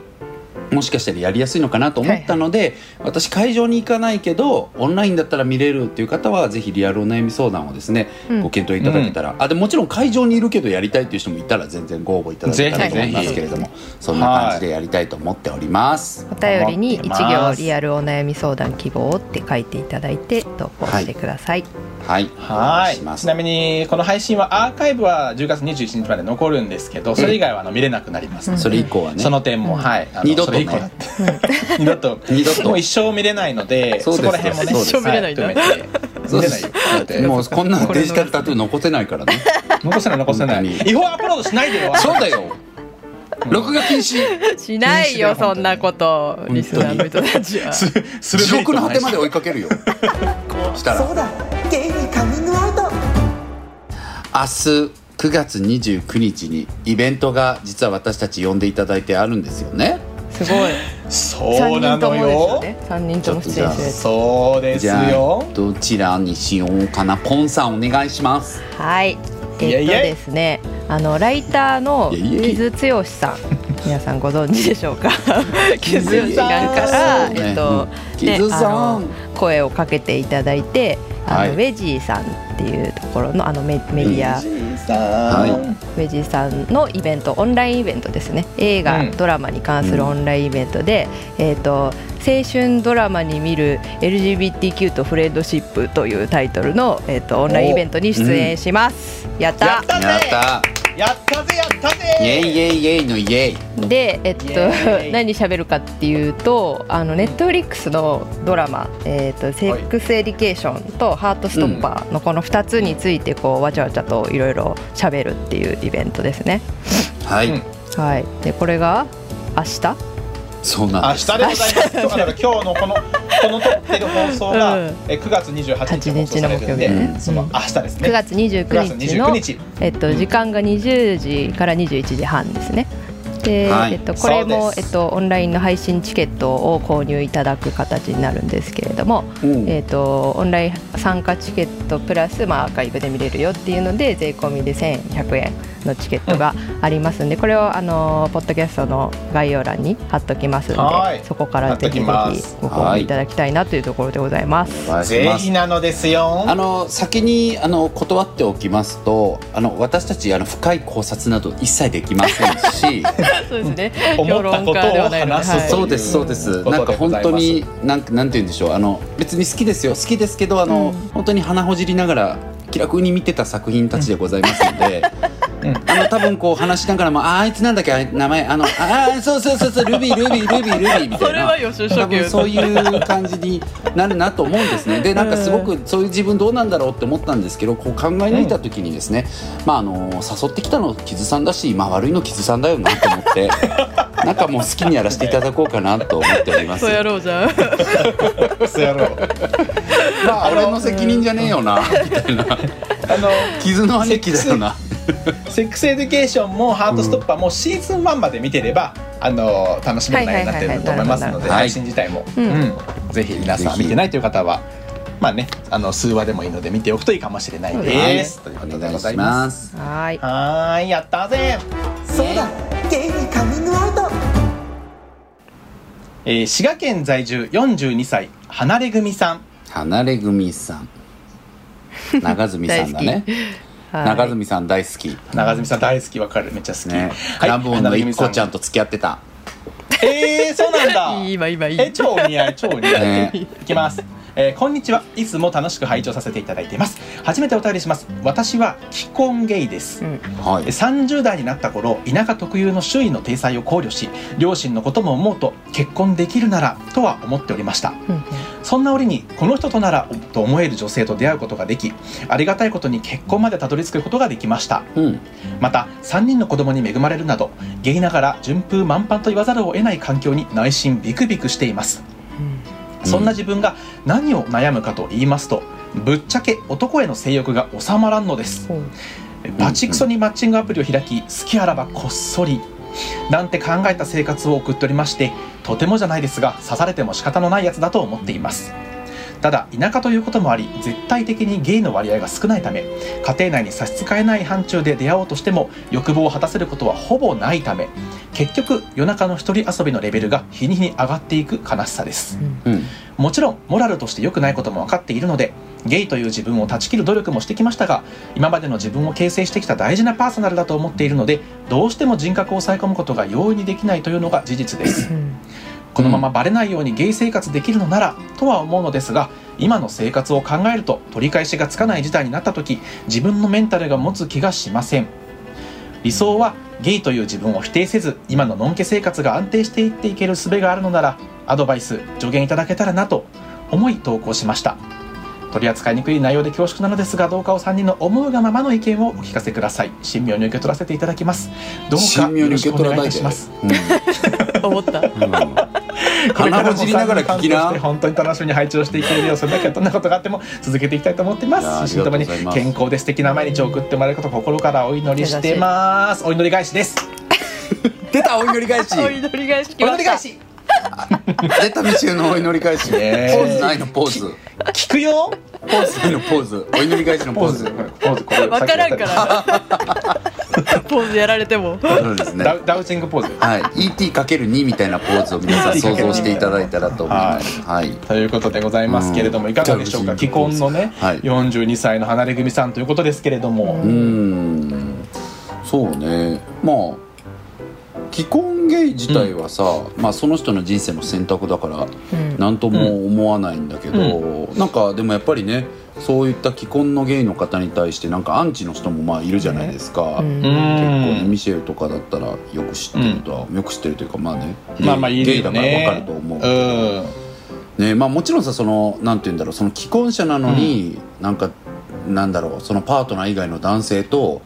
[SPEAKER 3] もしかしたらやりやすいのかなと思ったので、私会場に行かないけどオンラインだったら見れるっていう方はぜひリアルお悩み相談をですね、
[SPEAKER 4] うん
[SPEAKER 3] ご検討いただけたら、あでもちろん会場にいるけどやりたいっていう人もいたら全然ご応募いただけたらと思いますけれどもそんな感じでやりたいと思っております。
[SPEAKER 4] お便りに
[SPEAKER 2] 待って
[SPEAKER 4] 一
[SPEAKER 2] ま
[SPEAKER 4] 行
[SPEAKER 2] す
[SPEAKER 4] リアルお悩み相談希望って書いていただいて投稿してください。
[SPEAKER 3] はい、お
[SPEAKER 2] は
[SPEAKER 3] 願い
[SPEAKER 2] い
[SPEAKER 3] します
[SPEAKER 2] ちなみにこの配信はアーカイブは10月21日まで残るんですけどそれ以外はあの見れなくなりますので
[SPEAKER 3] それ以降はね
[SPEAKER 2] その点も、はいあの
[SPEAKER 3] 二度とね
[SPEAKER 2] それ以降だって二度と
[SPEAKER 3] 二度と
[SPEAKER 2] もう一生見れないので
[SPEAKER 3] そう
[SPEAKER 2] そ
[SPEAKER 3] です
[SPEAKER 2] こら辺もね
[SPEAKER 3] そうです
[SPEAKER 4] 一生見れないんだ
[SPEAKER 2] は含めて
[SPEAKER 3] そ
[SPEAKER 2] 見
[SPEAKER 3] う
[SPEAKER 2] れ
[SPEAKER 3] で
[SPEAKER 2] ない
[SPEAKER 3] す
[SPEAKER 2] よだって
[SPEAKER 3] <laughs> もうこんなデジタルタトゥー残せないからね
[SPEAKER 2] 残せない残せない
[SPEAKER 3] 本当に
[SPEAKER 2] 違法アップロードしないでよ
[SPEAKER 3] <laughs> そうだよ録画禁止
[SPEAKER 4] しな
[SPEAKER 2] 禁
[SPEAKER 4] いよ
[SPEAKER 2] 止だよ
[SPEAKER 4] そんなこと
[SPEAKER 3] 当に
[SPEAKER 4] リスナーの人たちは。
[SPEAKER 2] すする
[SPEAKER 3] 地獄の果てま
[SPEAKER 2] で
[SPEAKER 3] で追いかけるよしたら
[SPEAKER 5] そうだゲイにカミングアウト
[SPEAKER 3] 明日9月29日にイベントが実は私たち呼んでいただいてあるんですよね
[SPEAKER 4] すごい。
[SPEAKER 2] そうな
[SPEAKER 4] 人と
[SPEAKER 2] の
[SPEAKER 4] もですよ
[SPEAKER 2] よ
[SPEAKER 4] ね。三人とも出演するやつ。
[SPEAKER 2] そうです
[SPEAKER 3] じゃ
[SPEAKER 2] よ
[SPEAKER 3] あどちらにしようかなポンさんお願いします
[SPEAKER 4] はい。え
[SPEAKER 2] いや
[SPEAKER 4] っ
[SPEAKER 2] い
[SPEAKER 4] と
[SPEAKER 2] や
[SPEAKER 4] ですね、あのライターの
[SPEAKER 3] いやいや
[SPEAKER 4] 木津剛さん、皆さんご存知でしょうか。木津剛さんか
[SPEAKER 3] そ
[SPEAKER 4] ら、
[SPEAKER 3] うね
[SPEAKER 4] えっと、
[SPEAKER 3] うん木津さん
[SPEAKER 4] あの声をかけていただいて、あ
[SPEAKER 3] はい
[SPEAKER 4] のウェジーさんっていうところのあのメメディア。
[SPEAKER 2] さ
[SPEAKER 3] は
[SPEAKER 2] ん
[SPEAKER 4] ウェジさんのイベントオンラインイベントですね映画、
[SPEAKER 2] うん
[SPEAKER 4] ドラマに関するオンラインイベントで、えー、と青春ドラマに見る LGBTQ とフレンドシップというタイトルの、えー、とオンラインイベントに出演します、やった
[SPEAKER 2] やった
[SPEAKER 3] やっ
[SPEAKER 2] ぜ
[SPEAKER 3] た
[SPEAKER 2] やったぜやったぜ
[SPEAKER 3] イエイイエイイエイのイエイ
[SPEAKER 4] で、えっ
[SPEAKER 2] イエー
[SPEAKER 4] と、
[SPEAKER 2] イ
[SPEAKER 4] <laughs> 何喋るかっていうとあのネットフリックスのドラマ「えっとセックス・エディケーション」と「ハートストッパー」のこの2つについてこうわちゃわちゃといろいろ喋るっていうイベントですね。
[SPEAKER 3] はい、
[SPEAKER 2] うん
[SPEAKER 4] はい、でこれが明日
[SPEAKER 3] そうなん
[SPEAKER 2] 明
[SPEAKER 3] です
[SPEAKER 2] 日でございます。だから今日のこのこの撮ってる放送が、
[SPEAKER 4] うん
[SPEAKER 2] え9月28日放送されるん
[SPEAKER 4] 8日の木曜日
[SPEAKER 2] で、
[SPEAKER 3] ね
[SPEAKER 2] その明日ですね。
[SPEAKER 4] 9月29
[SPEAKER 2] 9
[SPEAKER 4] 日
[SPEAKER 2] 月
[SPEAKER 4] の
[SPEAKER 2] 29日
[SPEAKER 4] えっと、時間が20時から21時半ですね。で、
[SPEAKER 3] はい
[SPEAKER 4] えっと、これ
[SPEAKER 2] そ
[SPEAKER 4] も
[SPEAKER 2] う、
[SPEAKER 4] え
[SPEAKER 2] で
[SPEAKER 4] っ
[SPEAKER 2] す
[SPEAKER 4] と、オンラインの配信チケットを購入いただく形になるんですけれども、
[SPEAKER 3] うん
[SPEAKER 4] えっと、オンライン参加チケットプラス、まあ、アーカイブで見れるよっていうので税込みで1100円のチケットがありますんで、これをあのポッドキャストの概要欄に貼っときますん
[SPEAKER 2] は
[SPEAKER 4] で
[SPEAKER 2] い
[SPEAKER 4] そこからぜひぜひ
[SPEAKER 2] 貼っときます
[SPEAKER 4] ご購入いただきたいなというところでございます。
[SPEAKER 3] お願いし
[SPEAKER 2] ぜ
[SPEAKER 3] ます
[SPEAKER 2] ひなのですよ。
[SPEAKER 3] あの先にあの断っておきますとあの私たちあの深い考察など一切できませんし
[SPEAKER 4] <laughs> そうですね
[SPEAKER 2] 思ったことを話す
[SPEAKER 3] そうですそうです
[SPEAKER 2] という
[SPEAKER 3] な
[SPEAKER 2] こと
[SPEAKER 3] んか
[SPEAKER 2] でご
[SPEAKER 3] 本
[SPEAKER 2] ざいます
[SPEAKER 3] 当になんかなんて言うんでしょうあの別に好きですよ好きですけどあの、本当に鼻ほじりながら気楽に見てた作品たちでございますので。
[SPEAKER 2] うん
[SPEAKER 3] あの多分こう話しながらもあーあいつなんだっけあい名前あのあーそうそうそうそうルビールビールビールビーみたいな
[SPEAKER 4] 予習
[SPEAKER 3] 多分そういう感じになるなと思うんですね。でなんかすごくそういう自分どうなんだろうって思ったんですけどこう考え抜いた時にですね、まああの誘ってきたのキズさんだし、まあ、悪いのキズさんだよなと思ってなんかもう好きにやらせていただこうかなと思っております。
[SPEAKER 4] ろうじゃん。
[SPEAKER 2] クソ野郎。
[SPEAKER 3] まあ俺の責任じゃねえよなみたいな
[SPEAKER 2] あの
[SPEAKER 3] キズの兄貴だよな。
[SPEAKER 2] セックスエデュケーションもハートストッパーもシーズン1まで見てれば、あの楽しめる内容になってると思いますので、
[SPEAKER 3] はいはいはいはい
[SPEAKER 2] 配信自体も、
[SPEAKER 4] うん
[SPEAKER 2] うんぜひ皆さん見てないという方は。まあね、あの数話でもいいので見ておくといいかもしれないです。ということでございます。
[SPEAKER 3] す。
[SPEAKER 4] はい。
[SPEAKER 2] はーい、やったぜ。
[SPEAKER 5] そうだゲイにカミングアウト
[SPEAKER 2] えー滋賀県在住42歳離れ組さん
[SPEAKER 3] 離れ組さん長住さんだね
[SPEAKER 4] は
[SPEAKER 3] <laughs>
[SPEAKER 4] い
[SPEAKER 3] 長住さん大好き
[SPEAKER 2] 長住さん大好きわかるめっちゃ好き、
[SPEAKER 3] ね、
[SPEAKER 2] はい
[SPEAKER 3] ラボンの
[SPEAKER 2] 花
[SPEAKER 3] いっ
[SPEAKER 2] 組さ
[SPEAKER 3] こちゃんと付き合ってた
[SPEAKER 2] えー、そうなんだ
[SPEAKER 3] <laughs>
[SPEAKER 4] 今今いい
[SPEAKER 2] え超お似合い超お似合い、
[SPEAKER 3] ね
[SPEAKER 2] いきますえーこんにちはいつも楽しく拝聴させていただいています初めてお便りします私は既婚ゲイです、
[SPEAKER 4] うん
[SPEAKER 3] はい
[SPEAKER 2] 30代になった頃田舎特有の周囲の体裁を考慮し両親のことも思うと結婚できるならとは思っておりました
[SPEAKER 4] うん
[SPEAKER 2] そんな折にこの人とならと思える女性と出会うことができありがたいことに結婚までたどり着くことができました
[SPEAKER 3] うん
[SPEAKER 2] また3人の子供に恵まれるなどゲイながら順風満帆と言わざるを得ない環境に内心ビクビクしていますそんな自分が何を悩むかと言いますとぶっちゃけ男への性欲が収まらんのです
[SPEAKER 4] うん
[SPEAKER 2] バチクソにマッチングアプリを開き好きあらばこっそりなんて考えた生活を送っておりましてとてもじゃないですが刺されても仕方のないやつだと思っていますただ田舎ということもあり絶対的にゲイの割合が少ないため家庭内に差し支えない範疇で出会おうとしても欲望を果たせることはほぼないため結局夜中の一人遊びのレベルが日に日に上がっていく悲しさです
[SPEAKER 3] うん
[SPEAKER 2] もちろんモラルとして良くないことも分かっているのでゲイという自分を断ち切る努力もしてきましたが今までの自分を形成してきた大事なパーソナルだと思っているのでどうしても人格を抑え込むことが容易にできないというのが事実です
[SPEAKER 4] うん
[SPEAKER 2] このままバレないようにゲイ生活できるのならとは思うのですが今の生活を考えると取り返しがつかない事態になった時自分のメンタルが持つ気がしません理想はゲイという自分を否定せず今ののんけ生活が安定していっていける術があるのならアドバイス助言いただけたらなと思い投稿しました取り扱いにくい内容で恐縮なのですがどうかお三人の思うがままの意見をお聞かせください神妙に受け取らせていただきますどうかよろしくお願いいたします
[SPEAKER 3] うん
[SPEAKER 4] 思った
[SPEAKER 3] うん鼻をじりながら
[SPEAKER 2] これからも三人の担当
[SPEAKER 3] 聞き
[SPEAKER 2] として
[SPEAKER 3] な
[SPEAKER 2] 本当に楽しみに配置をしていけるようそれだけはどんなことがあっても続けていきたいと思ってま
[SPEAKER 3] いやー
[SPEAKER 2] す心身ともに
[SPEAKER 3] ありがとうござい
[SPEAKER 2] 健
[SPEAKER 3] ます
[SPEAKER 2] 康で素敵な毎日を送ってもらえることを心からお祈りしてますお祈り返し
[SPEAKER 3] <laughs>
[SPEAKER 2] です
[SPEAKER 3] 出たお祈り返し
[SPEAKER 4] お祈り返し
[SPEAKER 2] お
[SPEAKER 4] 来ま
[SPEAKER 2] 祈り
[SPEAKER 4] した
[SPEAKER 2] 返し
[SPEAKER 3] 出た道へのお祈り返しポ
[SPEAKER 2] え
[SPEAKER 3] ーズないのポーズ
[SPEAKER 2] 聞くよ
[SPEAKER 3] ポーズないのポーズお祈り返しのポーズ
[SPEAKER 2] ポーズこれ
[SPEAKER 4] わからんからポーズやられても
[SPEAKER 3] そうですね
[SPEAKER 2] ダウダウチングポーズ
[SPEAKER 3] はい、ET×2 みたいなポーズを皆さん想像していただいたらと思います。はい、
[SPEAKER 2] ということでございますけれども、
[SPEAKER 3] うん
[SPEAKER 2] いかがでしょうか
[SPEAKER 3] ダウ
[SPEAKER 2] 既
[SPEAKER 3] チングポー
[SPEAKER 2] 婚
[SPEAKER 3] ズ
[SPEAKER 2] のね、
[SPEAKER 3] はい
[SPEAKER 2] 42歳の離れ組さんということですけれども、
[SPEAKER 3] うーんそうねまあ既婚ゲイ自体はさ、まあ、その人の人生の選択だから
[SPEAKER 4] うん
[SPEAKER 3] 何とも思わないんだけど、なんかでもやっぱりねそういった既婚のゲイの方に対してなんかアンチの人もまあいるじゃないですか。
[SPEAKER 4] うん
[SPEAKER 2] う
[SPEAKER 3] 結構ね
[SPEAKER 2] ん
[SPEAKER 3] ミシェルとかだったらよく知ってるとは、よく知ってるというかまあね
[SPEAKER 2] まあまあい
[SPEAKER 3] ゲ
[SPEAKER 2] る
[SPEAKER 3] イ
[SPEAKER 2] よ
[SPEAKER 3] だから
[SPEAKER 2] ね
[SPEAKER 3] わかると思うけ
[SPEAKER 2] う
[SPEAKER 3] ど
[SPEAKER 2] ん
[SPEAKER 3] ねまあ、もちろんさそのなんて言うんだろうその既婚者なのに、なんかなんだろうそのパートナー以外の男性と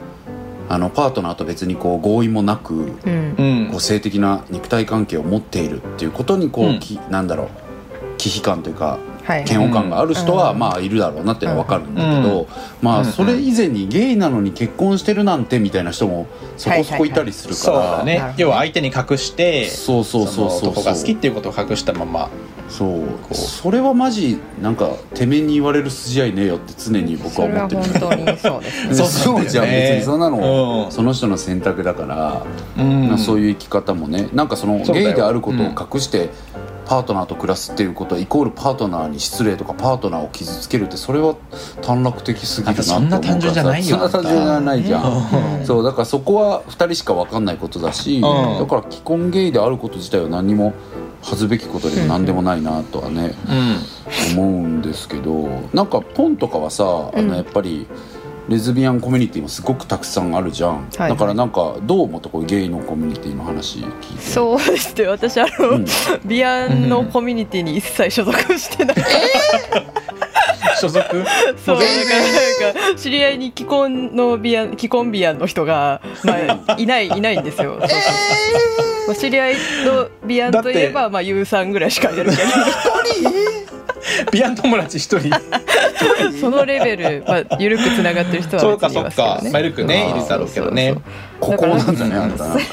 [SPEAKER 3] あのパートナーと別にこう合意もなく、
[SPEAKER 4] うん
[SPEAKER 2] うん
[SPEAKER 3] こう性的な肉体関係を持っているっていうことにこう、
[SPEAKER 2] うん
[SPEAKER 3] きなんだろう忌避感というか
[SPEAKER 4] はい
[SPEAKER 3] 嫌悪感がある人は、まあいるだろうなっていうのは分かるんだけど、ま
[SPEAKER 2] う
[SPEAKER 3] あ
[SPEAKER 2] ん
[SPEAKER 3] それ以前にゲイなのに結婚してるなんてみたいな人もそこそこいたりするか
[SPEAKER 2] そう
[SPEAKER 3] ら、
[SPEAKER 2] だね
[SPEAKER 4] なるほどね
[SPEAKER 2] 要は相手に隠して
[SPEAKER 3] そうそうそう
[SPEAKER 2] そ
[SPEAKER 3] そ
[SPEAKER 2] の
[SPEAKER 3] う
[SPEAKER 2] 男が好きっていうことを隠したまま
[SPEAKER 3] そう
[SPEAKER 2] う
[SPEAKER 3] それはマジなんかてめえに言われる筋合いねえよって常に僕は
[SPEAKER 4] それ
[SPEAKER 3] 思
[SPEAKER 4] は
[SPEAKER 3] ってる
[SPEAKER 4] 本当にそうですね
[SPEAKER 3] そう
[SPEAKER 2] そうなんだよね
[SPEAKER 3] じゃん別にそんなの、
[SPEAKER 2] うん
[SPEAKER 3] その人の選択だから、
[SPEAKER 2] うん
[SPEAKER 3] そういう生き方もねなんかその
[SPEAKER 2] そうだよ
[SPEAKER 3] ゲイであることを隠してパートナーと暮らすっていうことはイコールパートナーに失礼とかパートナーを傷つけるってそれは短絡的すぎるなって思うから
[SPEAKER 2] あんたそんな単純じゃないよ
[SPEAKER 3] <laughs> そんな単純じゃないじゃん、
[SPEAKER 4] うん
[SPEAKER 3] そうだからそこは2人しか分かんないことだし、
[SPEAKER 2] ん
[SPEAKER 3] だから既婚ゲイであること自体は何にも恥ずべきことでも何でもないなとはね、
[SPEAKER 2] うん
[SPEAKER 3] 思うんですけどなんかポンとかはさあ
[SPEAKER 4] うん
[SPEAKER 3] のやっぱりレズビアンコミュニティもすごくたくさんあるじゃん、
[SPEAKER 4] はい
[SPEAKER 3] だからなんかどう思ったこうゲイのコミュニティの話聞いて
[SPEAKER 4] <laughs> そうですね私あの、
[SPEAKER 3] うん
[SPEAKER 4] ビアンのコミュニティに一切所属してない、
[SPEAKER 2] 所属
[SPEAKER 4] そうだからなんか知り合いに既婚のビアン既婚ビアンの人が、ま
[SPEAKER 2] <laughs>
[SPEAKER 4] あ、いないいないんですよ、そうそうまあ知り合いのビアンといえばまあ U さんぐらいしかいるけ
[SPEAKER 2] ビアン友達一人 <laughs>
[SPEAKER 4] どそのレベル、まあ、緩くつながってる人
[SPEAKER 2] そ
[SPEAKER 4] は
[SPEAKER 2] うか
[SPEAKER 4] 別にい
[SPEAKER 2] そ
[SPEAKER 4] ま
[SPEAKER 2] う
[SPEAKER 4] すけど
[SPEAKER 2] か
[SPEAKER 4] ね
[SPEAKER 2] まあいるくねい
[SPEAKER 3] あー
[SPEAKER 2] るだろうけどね
[SPEAKER 3] ここなんだねあんたなんか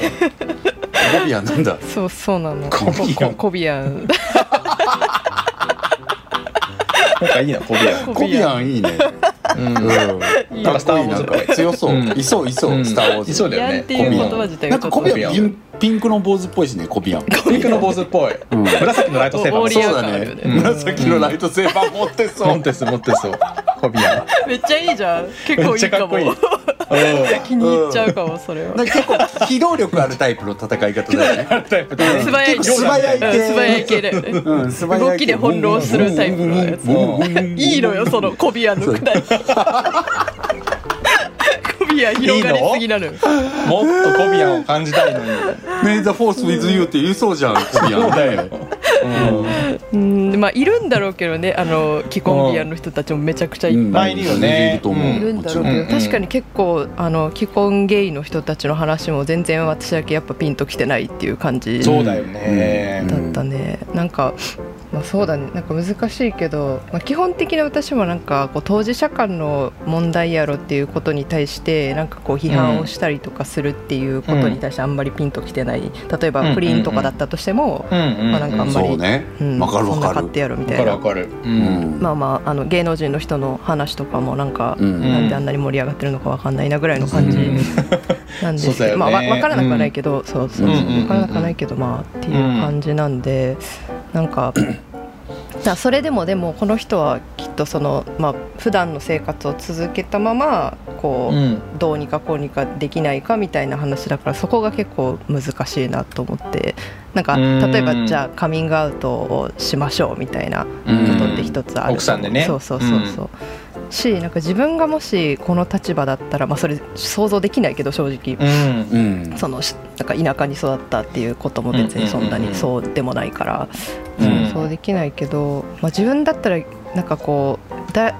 [SPEAKER 3] コビアンなんだ
[SPEAKER 4] そうそうなの
[SPEAKER 3] コビアン
[SPEAKER 4] ココビアン <laughs>
[SPEAKER 2] なんかいいな小部屋
[SPEAKER 3] コビアンいいね、うん、
[SPEAKER 4] いい
[SPEAKER 3] か
[SPEAKER 4] よ
[SPEAKER 3] っこいいなんか強そう、
[SPEAKER 2] うん
[SPEAKER 3] いそういそう、
[SPEAKER 2] うん
[SPEAKER 3] スター・ウォーズ
[SPEAKER 2] いそうだ
[SPEAKER 4] ビ
[SPEAKER 2] よ
[SPEAKER 4] アン
[SPEAKER 2] ね
[SPEAKER 4] っていう言葉自体
[SPEAKER 3] な
[SPEAKER 4] が
[SPEAKER 3] ん
[SPEAKER 4] ちょ
[SPEAKER 3] か
[SPEAKER 4] っ
[SPEAKER 3] コ
[SPEAKER 4] と
[SPEAKER 3] ビアンピンピンクの坊主っぽいしねコビアン
[SPEAKER 2] ピンクの坊主っぽい
[SPEAKER 3] ん
[SPEAKER 2] 紫のライトセーバー
[SPEAKER 4] オ
[SPEAKER 2] も
[SPEAKER 4] ー
[SPEAKER 2] そ
[SPEAKER 4] リ
[SPEAKER 2] う
[SPEAKER 3] そ
[SPEAKER 4] ア
[SPEAKER 3] うだ
[SPEAKER 4] 感あるよ
[SPEAKER 3] ね
[SPEAKER 4] ね、
[SPEAKER 3] 紫のライトセーバー持ってそう、
[SPEAKER 2] 持ってそう持ってそう小部屋
[SPEAKER 4] めっちゃいいじゃん結
[SPEAKER 2] め
[SPEAKER 4] 構
[SPEAKER 2] っ
[SPEAKER 4] い
[SPEAKER 2] ち
[SPEAKER 4] い
[SPEAKER 2] ゃか
[SPEAKER 4] か
[SPEAKER 2] っこ
[SPEAKER 4] も
[SPEAKER 2] いいうん
[SPEAKER 4] <laughs> 気に入っちゃうかもそれは
[SPEAKER 3] なんか結構機動力あるタイプの戦い方だよね
[SPEAKER 2] タイプだね
[SPEAKER 4] 素早い
[SPEAKER 3] 結構素早い系
[SPEAKER 4] うん素早い系だよね
[SPEAKER 3] うん素早い系
[SPEAKER 4] 動きで翻弄するタイプのやつ <laughs> いいのよそのコビアンのく <laughs> だりコビアン広がりすぎなのよ
[SPEAKER 2] もっと小部屋を感じたいのに
[SPEAKER 3] メイザフォースウィズユーって言いそうじゃん、コビアン。
[SPEAKER 4] うんでまあいるんだろうけどねあの既婚ビアンの人たちもめちゃくちゃいっ
[SPEAKER 2] まあいるよね
[SPEAKER 3] いると思
[SPEAKER 2] うん
[SPEAKER 3] う。
[SPEAKER 4] いるんだろう
[SPEAKER 3] も
[SPEAKER 4] け
[SPEAKER 3] ち
[SPEAKER 4] ど、
[SPEAKER 2] うん
[SPEAKER 4] 確かに結構あの既婚ゲイの人たちの話も全然私だけやっぱピンときてないっていう感じだ
[SPEAKER 2] そうだよね
[SPEAKER 3] うん
[SPEAKER 4] ったね、なんかまあ、そうだねなんか難しいけど、まあ、基本的に私もなんかこう当事者間の問題やろっていうことに対してなんかこう批判をしたりとかするっていうことに対してあんまりピンときてない例え
[SPEAKER 2] うん
[SPEAKER 4] ば不倫とかだったとしても、
[SPEAKER 2] うんうんうん
[SPEAKER 4] まあなんかあんまり
[SPEAKER 3] そうね
[SPEAKER 4] うん
[SPEAKER 3] わかる
[SPEAKER 4] そ
[SPEAKER 3] わ
[SPEAKER 4] んな
[SPEAKER 3] か
[SPEAKER 4] 買っ
[SPEAKER 3] る
[SPEAKER 4] てやろみ
[SPEAKER 2] わ
[SPEAKER 4] た
[SPEAKER 2] か
[SPEAKER 4] い
[SPEAKER 2] る
[SPEAKER 4] な
[SPEAKER 2] わかるう
[SPEAKER 3] うんん
[SPEAKER 4] まあまああの芸能人の人の話とかもなんか、
[SPEAKER 3] うん
[SPEAKER 4] なんであんなに盛り上がってるのかわかんないなぐらいの
[SPEAKER 2] う
[SPEAKER 4] 感じ
[SPEAKER 2] ん
[SPEAKER 4] なんで
[SPEAKER 2] そ
[SPEAKER 4] す
[SPEAKER 2] うだ
[SPEAKER 4] け
[SPEAKER 2] よ
[SPEAKER 4] ど、
[SPEAKER 2] ね
[SPEAKER 4] まあ、わ分からなくはないけど、そうそう
[SPEAKER 3] うん
[SPEAKER 4] そう
[SPEAKER 3] うんうんうん
[SPEAKER 4] 分からなくはないけど、まあっていう感じなんで、なんか。だからそれでもでもこの人はきっとそのまあ普段の生活を続けたままこう、
[SPEAKER 2] うん
[SPEAKER 4] どうにかこうにかできないかみたいな話だからそこが結構難しいなと思ってなんか
[SPEAKER 2] うん
[SPEAKER 4] 例えばじゃあカミングアウトをしましょうみたいな
[SPEAKER 3] うん
[SPEAKER 4] ことって一つあると思う、
[SPEAKER 2] 奥さんでね
[SPEAKER 4] そうそうそうそう、しなんか自分がもしこの立場だったらまあそれ想像できないけど正直、
[SPEAKER 2] うん
[SPEAKER 3] うん
[SPEAKER 4] そのしなんか田舎に育ったっていうことも別にそんな
[SPEAKER 2] うんうんうんう
[SPEAKER 4] に
[SPEAKER 2] ん
[SPEAKER 4] そうでもないから、
[SPEAKER 2] うん
[SPEAKER 4] そうできないけど、まあ、自分だったらなんかこうだ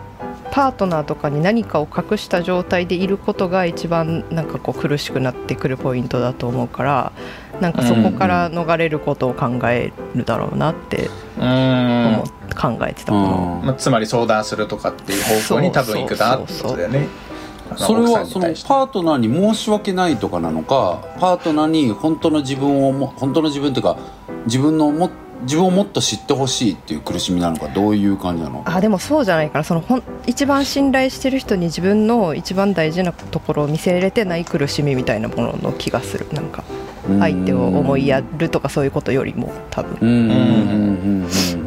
[SPEAKER 4] パートナーとかに何かを隠した状態でいることが一番なんかこう苦しくなってくるポイントだと思うからなんかそこから逃れることを考えるだろうなって
[SPEAKER 2] うん
[SPEAKER 4] 思っ考えてたかな。
[SPEAKER 2] ま
[SPEAKER 3] う
[SPEAKER 2] あ、つまり相談するとかっていう方向に多分行くなってことだよね。
[SPEAKER 3] んそれ
[SPEAKER 2] あの
[SPEAKER 3] は
[SPEAKER 2] 奥さ
[SPEAKER 3] そ
[SPEAKER 2] んに
[SPEAKER 3] の
[SPEAKER 2] 対して
[SPEAKER 3] パートナーに申し訳ないとかなのかパートナーに本当の自分をも本当の自分というか自分のも自分をもっと知ってほしいっていう苦しみなのかどういう感じなの
[SPEAKER 4] あでもそうじゃないかなそのほん一番信頼してる人に自分の一番大事なところを見せれてない苦しみみたいなものの気がするなんか
[SPEAKER 3] うん
[SPEAKER 4] 相手を思いやるとかそういうことよりも多
[SPEAKER 3] う
[SPEAKER 4] 分
[SPEAKER 3] んうんうんうん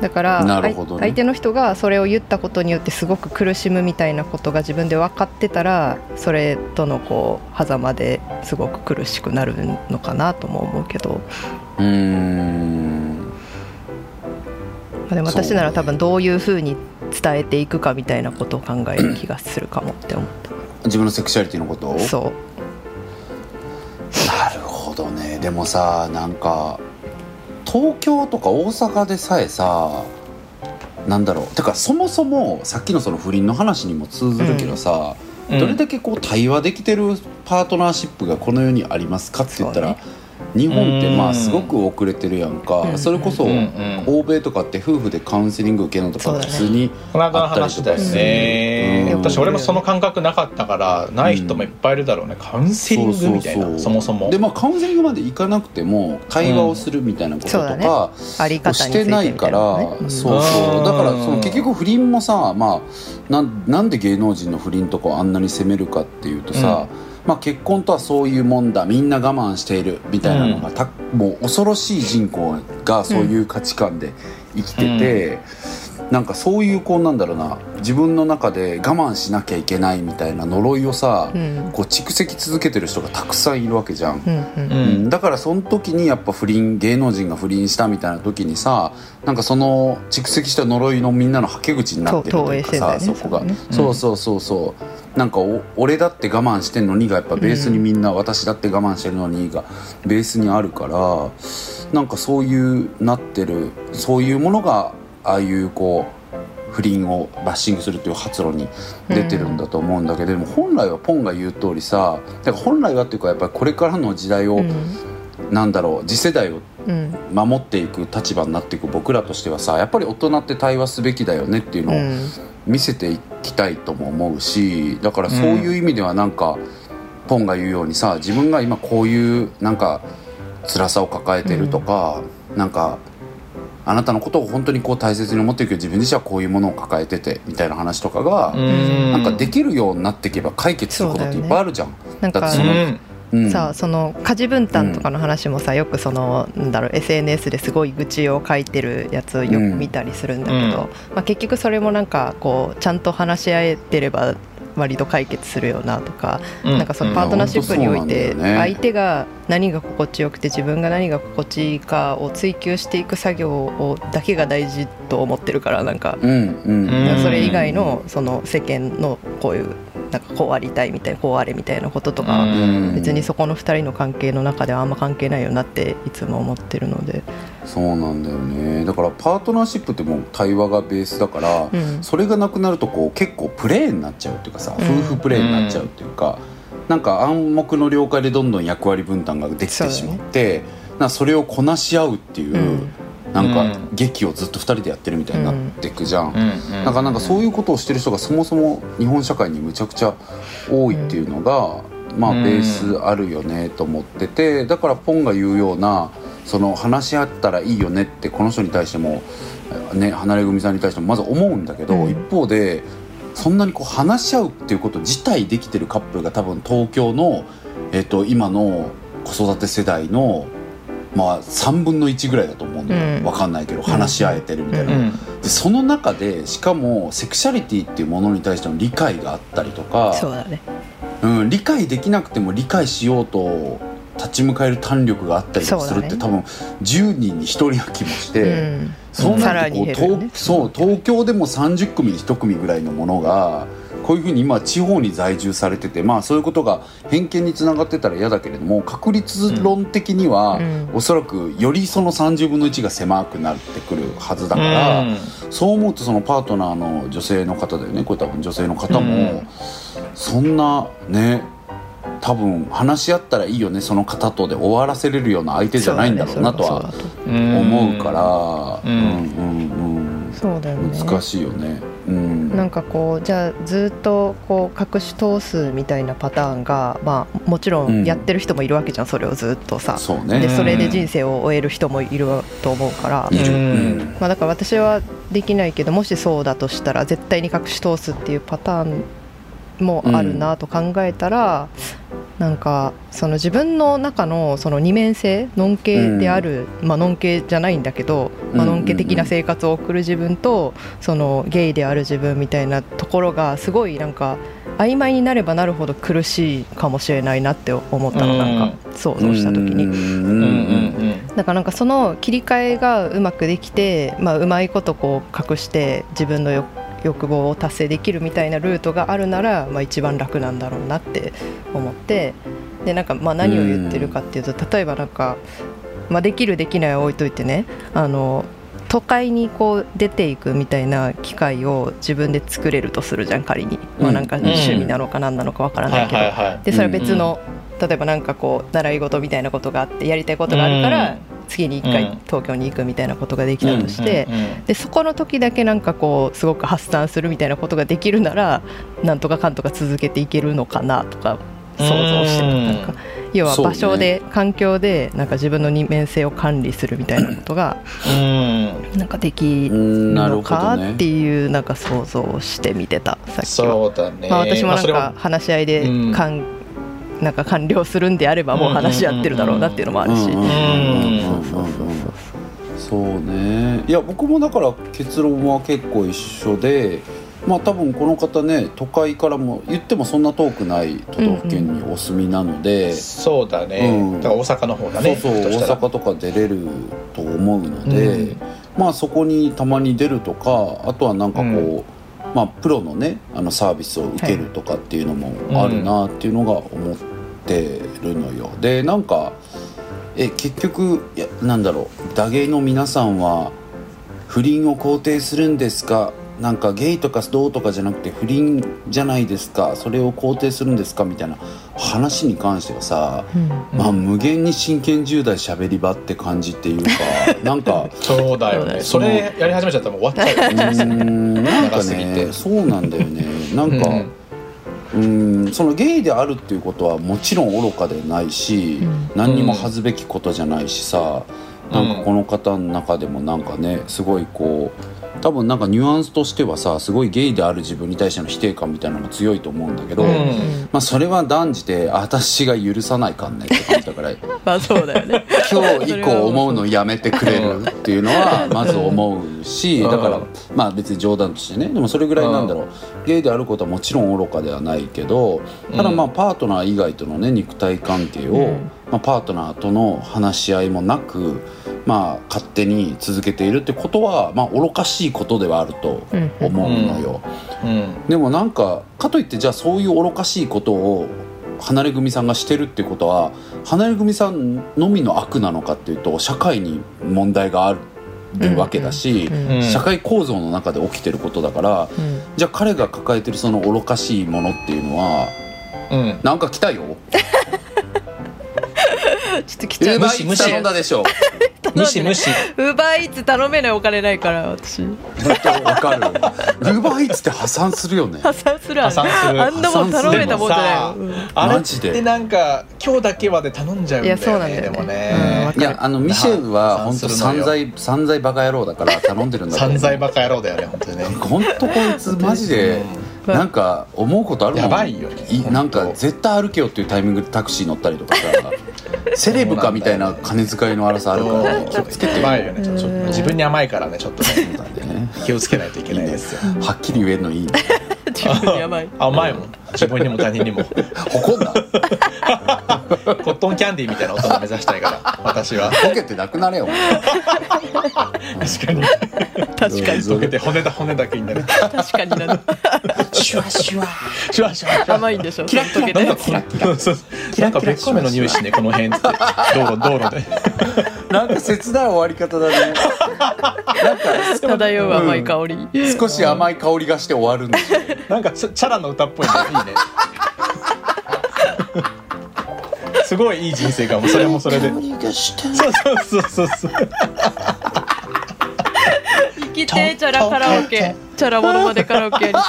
[SPEAKER 4] だから、
[SPEAKER 3] なる
[SPEAKER 4] 相
[SPEAKER 3] ほどね
[SPEAKER 4] 相手の人がそれを言ったことによってすごく苦しむみたいなことが自分で分かってたらそれとのこう狭間ですごく苦しくなるのかなとも思うけど、
[SPEAKER 3] うんうん
[SPEAKER 4] まあでも私なら多分どういうふうに伝えていくかみたいなことを考える気がするかもって思っ
[SPEAKER 3] 自分のセクシャリティのことを
[SPEAKER 4] た。そう
[SPEAKER 3] なるほどねでもさなんか東京とか大阪でさえさなんだろうてかそもそもさっきのその不倫の話にも通ずるけどさ、
[SPEAKER 2] うん
[SPEAKER 3] どれだけこう対話できてるパートナーシップがこの世にありますかって言ったら、
[SPEAKER 4] そう
[SPEAKER 3] 日本ってま
[SPEAKER 2] う
[SPEAKER 3] あ
[SPEAKER 2] ん
[SPEAKER 3] すごく遅れてるやんか、
[SPEAKER 4] うん
[SPEAKER 3] それこそ
[SPEAKER 2] うんうん
[SPEAKER 3] 欧米とかって夫婦でカウンセリング受けるのと
[SPEAKER 4] そ
[SPEAKER 3] か
[SPEAKER 4] うだ
[SPEAKER 3] 普
[SPEAKER 4] ね
[SPEAKER 3] 通に
[SPEAKER 2] この間の話だよね、
[SPEAKER 3] うん
[SPEAKER 2] 私俺もその感覚なかったからない人もいっぱいいるだろうねカウンセリングみたいな
[SPEAKER 3] う
[SPEAKER 2] そうもそも
[SPEAKER 3] でまあカウンセリングまで行かなくても会話をするみたいなことと
[SPEAKER 4] うん
[SPEAKER 3] か、
[SPEAKER 4] そうだあり方につ
[SPEAKER 3] し
[SPEAKER 4] いて
[SPEAKER 3] て
[SPEAKER 4] みた
[SPEAKER 3] ないいか
[SPEAKER 4] なね
[SPEAKER 3] ら、
[SPEAKER 4] うん
[SPEAKER 3] そうそううんだからその結局不倫もさ、まあ、なんなんで芸能人の不倫とかをあんなに責めるかっていうとさ、まあ、結婚とはそういうもんだみんな我慢しているみたいなのがた、もう恐ろしい人口がそういう価値観で生きてて、なんかそういうこうなんだろうな自分の中で我慢しなきゃいけないみたいな呪いをさ、
[SPEAKER 4] うん
[SPEAKER 3] こう蓄積続けてる人がたくさんいるわけじゃん
[SPEAKER 4] う。んうん
[SPEAKER 2] う
[SPEAKER 3] うんん、だからその時にやっぱ不倫芸能人が不倫したみたいな時にさなんかその蓄積した呪いのみんなのはけ口になってるというかさ
[SPEAKER 4] そう投影してんだよね
[SPEAKER 3] そこが
[SPEAKER 4] そ
[SPEAKER 3] そ
[SPEAKER 4] こね
[SPEAKER 3] うそうそうそうなんかお「俺だって我慢してんのに」がやっぱベースにみんな「私だって我慢してるのに」がベースにあるからなんかそういうなってるそういうものがああいうこう不倫をバッシングするという発露に出てるんだと思うんだけど、でも本来はポンが言う通りさだから本来はっていうかやっぱりこれからの時代を、なんだろう次世代を
[SPEAKER 4] うん
[SPEAKER 3] 守っていく立場になっていく僕らとしてはさやっぱり大人って対話すべきだよねっていう
[SPEAKER 4] う
[SPEAKER 3] のを
[SPEAKER 4] ん
[SPEAKER 3] 見せていきたいとも思うしだからそういう意味ではなんか、ポンが言うようにさ自分が今こういうなんか辛さを抱えてるとか、なんかあなたのことを本当にこう大切に思ってるけど自分自身はこういうものを抱えててみたいな話とかが、
[SPEAKER 2] うん
[SPEAKER 3] なんかできるようになっていけば解決することっていっぱいあるじゃん。
[SPEAKER 4] なん
[SPEAKER 3] だっ
[SPEAKER 4] か
[SPEAKER 3] てそのうん
[SPEAKER 4] さその家事分担とかの話もさよくそのなんだろう SNS ですごい愚痴を書いてるやつをよく見たりするんだけど、
[SPEAKER 2] うん
[SPEAKER 4] まあ、結局それもなんかこうちゃんと話し合えてれば割と解決するよなとか、
[SPEAKER 2] うん
[SPEAKER 4] なんかそのパートナーシップにおい
[SPEAKER 3] うん
[SPEAKER 4] て
[SPEAKER 3] 本当そうなんだよね
[SPEAKER 4] 相手が何が心地よくて自分が何が心地いいかを追求していく作業をだけが大事と思ってるからなんか
[SPEAKER 3] うんうん
[SPEAKER 2] うん
[SPEAKER 4] それ以外のその世間のこういうなんかこうありたいみたいなこうあれみたいなこととか、
[SPEAKER 2] うん
[SPEAKER 4] 別にそこの2人の関係の中ではあんま関係ないよなっていつも思ってるので、
[SPEAKER 3] そうなんだよねだからパートナーシップってもう対話がベースだから、
[SPEAKER 4] うん
[SPEAKER 3] それがなくなるとこう結構プレーンになっちゃうっていうかさ、
[SPEAKER 4] うん
[SPEAKER 3] 夫婦プレーンになっちゃうっていうか、なんか暗黙の了解でどんどん役割分担ができてしまってそ,、なそれをこなし合うっていう、
[SPEAKER 4] うん
[SPEAKER 3] なんか
[SPEAKER 2] うん
[SPEAKER 3] 劇をずっと2人でやってるみたいになってくじゃ
[SPEAKER 2] う
[SPEAKER 3] ん、
[SPEAKER 2] ん
[SPEAKER 3] なんかなんかそういうことをしてる人がそもそも日本社会にむちゃくちゃ多いっていうのが、まあ
[SPEAKER 2] うん
[SPEAKER 3] ベースあるよねと思っててだからポンが言うようなその話し合ったらいいよねってこの人に対しても、ね、離れ組さんに対してもまず思うんだけど、
[SPEAKER 4] うん
[SPEAKER 3] 一方でそんなにこう話し合うっていうこと自体できてるカップルが多分東京の、えっと今の子育て世代の。まあ、3分の1ぐらいだと思うんだよ、
[SPEAKER 4] うん
[SPEAKER 3] わかんないけど話し合えてるみたいな、
[SPEAKER 2] うん
[SPEAKER 3] でその中でしかもセクシャリティっていうものに対しての理解があったりとか
[SPEAKER 4] そうだね
[SPEAKER 3] う、ん、理解できなくても理解しようと立ち向かえる胆力があったりとかするって、
[SPEAKER 4] そう
[SPEAKER 3] 多
[SPEAKER 4] だ
[SPEAKER 3] 分10人に1人な気もして、
[SPEAKER 4] うん
[SPEAKER 3] そう
[SPEAKER 4] さ
[SPEAKER 3] な
[SPEAKER 4] ら
[SPEAKER 3] るとこう
[SPEAKER 4] に減
[SPEAKER 3] 東
[SPEAKER 4] るよね
[SPEAKER 3] そう東京でも30組に1組ぐらいのものが。こういうふうに今地方に在住されててまあそういうことが偏見につながってたら嫌だけれども確率論的には、
[SPEAKER 4] うん
[SPEAKER 3] おそらくよりその30分の1が狭くなってくるはずだから、
[SPEAKER 2] うん
[SPEAKER 3] そう思うとそのパートナーの女性の方だよねこれ多分女性の方
[SPEAKER 2] う
[SPEAKER 3] も
[SPEAKER 2] ん
[SPEAKER 3] そんなね多分話し合ったらいいよねその方とで終わらせれるような相手じゃないんだろうなとは思うからう
[SPEAKER 2] うんん
[SPEAKER 3] うん
[SPEAKER 4] そうだよ
[SPEAKER 3] う
[SPEAKER 4] ね
[SPEAKER 3] ん難しいよね。うん
[SPEAKER 4] なんかこうじゃあずっとこう隠し通すみたいなパターンが、まあ、もちろ
[SPEAKER 3] うん
[SPEAKER 4] んやってる人もいるわけじゃん、それをずっとさ
[SPEAKER 3] そう
[SPEAKER 4] で
[SPEAKER 3] ね
[SPEAKER 4] それで人生を終える人もいると思うから、
[SPEAKER 3] いる、
[SPEAKER 2] う
[SPEAKER 3] うんん
[SPEAKER 4] まあ、だから私はできないけどもしそうだとしたら絶対に隠し通すっていうパターンもあるなと考えたら、なんかその自分の中のその二面性ノン系である、まあノン系じゃないんだけど、まあ
[SPEAKER 3] うんうんうん
[SPEAKER 4] ノン系的な生活を送る自分とそのゲイである自分みたいなところがすごいなんか曖昧になればなるほど苦しいかもしれないなって思ったの、なんか想像した時に
[SPEAKER 3] う。
[SPEAKER 2] うん
[SPEAKER 3] ん
[SPEAKER 2] う
[SPEAKER 3] うん
[SPEAKER 2] ん
[SPEAKER 3] うん
[SPEAKER 2] うん
[SPEAKER 4] だからなんかその切り替えがうまくできて、まあ、うまいことこう隠して自分の欲欲望を達成できるみたいなルートがあるなら、まあ、一番楽なんだろうなって思ってでなんかまあ何を言ってるかっていうと例えばなんか、まあ、できるできないは置いといてねあの都会にこう出ていくみたいな機会を自分で作れるとするじゃん仮に、まあ、なんか
[SPEAKER 3] うん
[SPEAKER 4] 趣味なのか何なのかわから
[SPEAKER 2] は
[SPEAKER 4] ないいけど、
[SPEAKER 2] はいはい
[SPEAKER 4] でそれは別の、例えばなんかこう習い事みたいなことがあってやりたいことがあるから、
[SPEAKER 2] うん
[SPEAKER 4] 次に一
[SPEAKER 2] う
[SPEAKER 4] 回
[SPEAKER 2] ん
[SPEAKER 4] 東京に行くみたいなことができたとして、
[SPEAKER 2] うんうん
[SPEAKER 4] でそこの時だけなんかこうすごく発散するみたいなことができるならなんとかかんとか続けていけるのかなとか想像して
[SPEAKER 2] うん
[SPEAKER 4] るなんか要は
[SPEAKER 3] そうね
[SPEAKER 4] 場所で、環境でなんか自分の二面性を管理するみたいなことが
[SPEAKER 2] うん
[SPEAKER 4] なんかでき
[SPEAKER 3] う
[SPEAKER 4] る
[SPEAKER 3] んなるほ
[SPEAKER 4] の
[SPEAKER 3] ど
[SPEAKER 4] か
[SPEAKER 3] ね
[SPEAKER 4] っていうなんか想像をしてみてたさっきは。
[SPEAKER 2] そうだね
[SPEAKER 4] まあ、私も
[SPEAKER 2] ま
[SPEAKER 4] な
[SPEAKER 2] あ
[SPEAKER 4] ん
[SPEAKER 2] それ
[SPEAKER 4] か
[SPEAKER 2] は
[SPEAKER 4] 話し合いで
[SPEAKER 2] うん
[SPEAKER 4] かん、なんか完了するんであればもう話し合ってるだろうなっていうのもある
[SPEAKER 3] うん
[SPEAKER 4] し、
[SPEAKER 3] うんうんうん
[SPEAKER 4] そうそうそうそう
[SPEAKER 3] そうねいや僕もだから結論は結構一緒でまあ多分この方ね都会からも言ってもそんな遠くない都道府県にお住みなので、
[SPEAKER 2] そうだね
[SPEAKER 3] うん
[SPEAKER 2] だから大阪の方だね
[SPEAKER 3] そうそう
[SPEAKER 2] ひょっとした
[SPEAKER 3] 大
[SPEAKER 2] ら
[SPEAKER 3] 阪とか出れると思うので、
[SPEAKER 2] うん
[SPEAKER 3] まあそこにたまに出るとかあとはなんかこう、
[SPEAKER 2] う
[SPEAKER 3] まあプロのねあのサービスを受けるとかっていうのもあるなっていうのが思ってるのよ。でなんかえ結局いやなんだろうダゲイの皆さんは不倫を肯定するんですかなんかゲイとかどうとかじゃなくて不倫じゃないですかそれを肯定するんですかみたいな話に関してはさ、まあ、無限に真剣10代喋り場って感じっていうかなんか
[SPEAKER 2] そうだよね
[SPEAKER 3] そ
[SPEAKER 2] そう
[SPEAKER 3] だね
[SPEAKER 2] れやり始めちゃったらもう終わっちゃ
[SPEAKER 3] う
[SPEAKER 2] うよ
[SPEAKER 3] ーんなん
[SPEAKER 2] 長
[SPEAKER 3] か
[SPEAKER 2] すぎ
[SPEAKER 3] ね
[SPEAKER 2] て
[SPEAKER 3] そうなんだよねなんか
[SPEAKER 2] うん
[SPEAKER 3] うーんそのゲイであるっていうことはもちろん愚かでないし、
[SPEAKER 4] うん
[SPEAKER 3] 何にも恥ずべきことじゃないしさ、なんかこの方の中でもなんかねすごいこう多分なんかニュアンスとしてはさすごいゲイである自分に対しての否定感みたいなのが強いと思うんだけど、
[SPEAKER 2] うん
[SPEAKER 3] まあ、それは断じて私が許さないかんねって感じだから。
[SPEAKER 4] まあそうだよね
[SPEAKER 3] 今日以降思うのやめてくれるっていうのはまず思うし
[SPEAKER 2] うん
[SPEAKER 3] だからまあ別に冗談としてねでもそれぐらいなんだろうゲイであることはもちろん愚かではないけど <laughs> ただまあパートナー以外とのね肉体関係
[SPEAKER 4] う
[SPEAKER 3] を
[SPEAKER 4] ん
[SPEAKER 3] まあパートナーとの話し合いもなくまあ勝手に続けているってことはまあ愚かしいことではあると思うのよ。
[SPEAKER 4] <laughs>
[SPEAKER 2] うん
[SPEAKER 3] でもなんかかといってじゃあそういう愚かしいことを離れ組さんがしてるってことは離れ組さんのみの悪なのかっていうと社会に問題があるわけだし、
[SPEAKER 4] うん
[SPEAKER 2] うん
[SPEAKER 3] 社会構造の中で起きてることだからじゃあ彼が抱えてるその愚かしいものっていうのは
[SPEAKER 2] うん
[SPEAKER 3] なんか来たよ
[SPEAKER 4] ちょっと来
[SPEAKER 3] ウ
[SPEAKER 4] ちゃ
[SPEAKER 3] ー
[SPEAKER 4] う
[SPEAKER 3] バ
[SPEAKER 2] 無
[SPEAKER 3] ーイ
[SPEAKER 2] 視
[SPEAKER 3] ーツ頼んだでしょ
[SPEAKER 2] 無視無視
[SPEAKER 4] ウーバーイーツ頼めないお金ないから私
[SPEAKER 3] わ
[SPEAKER 2] <laughs>
[SPEAKER 3] かるウーバーイーツって破産するよね
[SPEAKER 4] 破産するわ
[SPEAKER 2] 破産する
[SPEAKER 4] あんなもん頼めたもんじゃ
[SPEAKER 2] さ
[SPEAKER 4] ないよ
[SPEAKER 2] あれ
[SPEAKER 3] マ
[SPEAKER 2] っ
[SPEAKER 3] ジ
[SPEAKER 2] て
[SPEAKER 3] で
[SPEAKER 2] なんか今日だけはで頼んじゃうんだよ
[SPEAKER 4] いやそうなん
[SPEAKER 2] ね
[SPEAKER 4] だよね
[SPEAKER 2] でも
[SPEAKER 4] うん
[SPEAKER 2] ね
[SPEAKER 4] わか
[SPEAKER 3] いやあのミシェルは本当
[SPEAKER 2] 破産する
[SPEAKER 3] 散
[SPEAKER 2] の
[SPEAKER 3] 財散財バカ野郎だから頼んでるんだ
[SPEAKER 2] 散財バカ野郎だよね本当にね
[SPEAKER 3] 本当こいつマジで
[SPEAKER 4] うん
[SPEAKER 3] なんか思うことあるもん
[SPEAKER 2] やばいよね
[SPEAKER 3] いなん
[SPEAKER 2] 本
[SPEAKER 3] か
[SPEAKER 2] 当
[SPEAKER 3] 絶対歩けよっていうタイミングでタクシー乗ったりと
[SPEAKER 4] <laughs>
[SPEAKER 3] かさセレブかみたいな金遣いの荒さあるから気をつけてよ
[SPEAKER 2] 甘いよねちょっと
[SPEAKER 4] うん
[SPEAKER 2] 自分に甘いからねちょっとね
[SPEAKER 3] なんでね
[SPEAKER 2] 気をつけないといけないですよ
[SPEAKER 3] はっきり言えるのいいね
[SPEAKER 4] 自分に甘い
[SPEAKER 2] 甘いもん自分にも他人にも
[SPEAKER 3] 誇んな
[SPEAKER 2] <laughs> コットンキャンディーみたいな大人目指したいから私は
[SPEAKER 3] ボケてなくなれよ
[SPEAKER 2] 確かに
[SPEAKER 4] 確かに
[SPEAKER 2] 溶けて骨だ骨だけになる
[SPEAKER 4] 確かになる
[SPEAKER 3] シュワシュワ
[SPEAKER 2] シュワシュワシュワ
[SPEAKER 4] 甘いんでしょ
[SPEAKER 2] キラキラ
[SPEAKER 4] 溶けて
[SPEAKER 2] なんかキラキラそうそうなんかベッカムの匂いしねこの辺っつって道路道路で
[SPEAKER 3] <laughs> なんか切ない終わり方だねなんか
[SPEAKER 4] 漂う甘い香り、
[SPEAKER 3] 少し甘い香りがして終わるんですよ
[SPEAKER 2] なんかちょチャラの歌っぽいねいいねすごいいい人生かもそれもそれでそうそうそうそうそう
[SPEAKER 4] 生きてチャラカラオケチャラモノマネカラオケやりて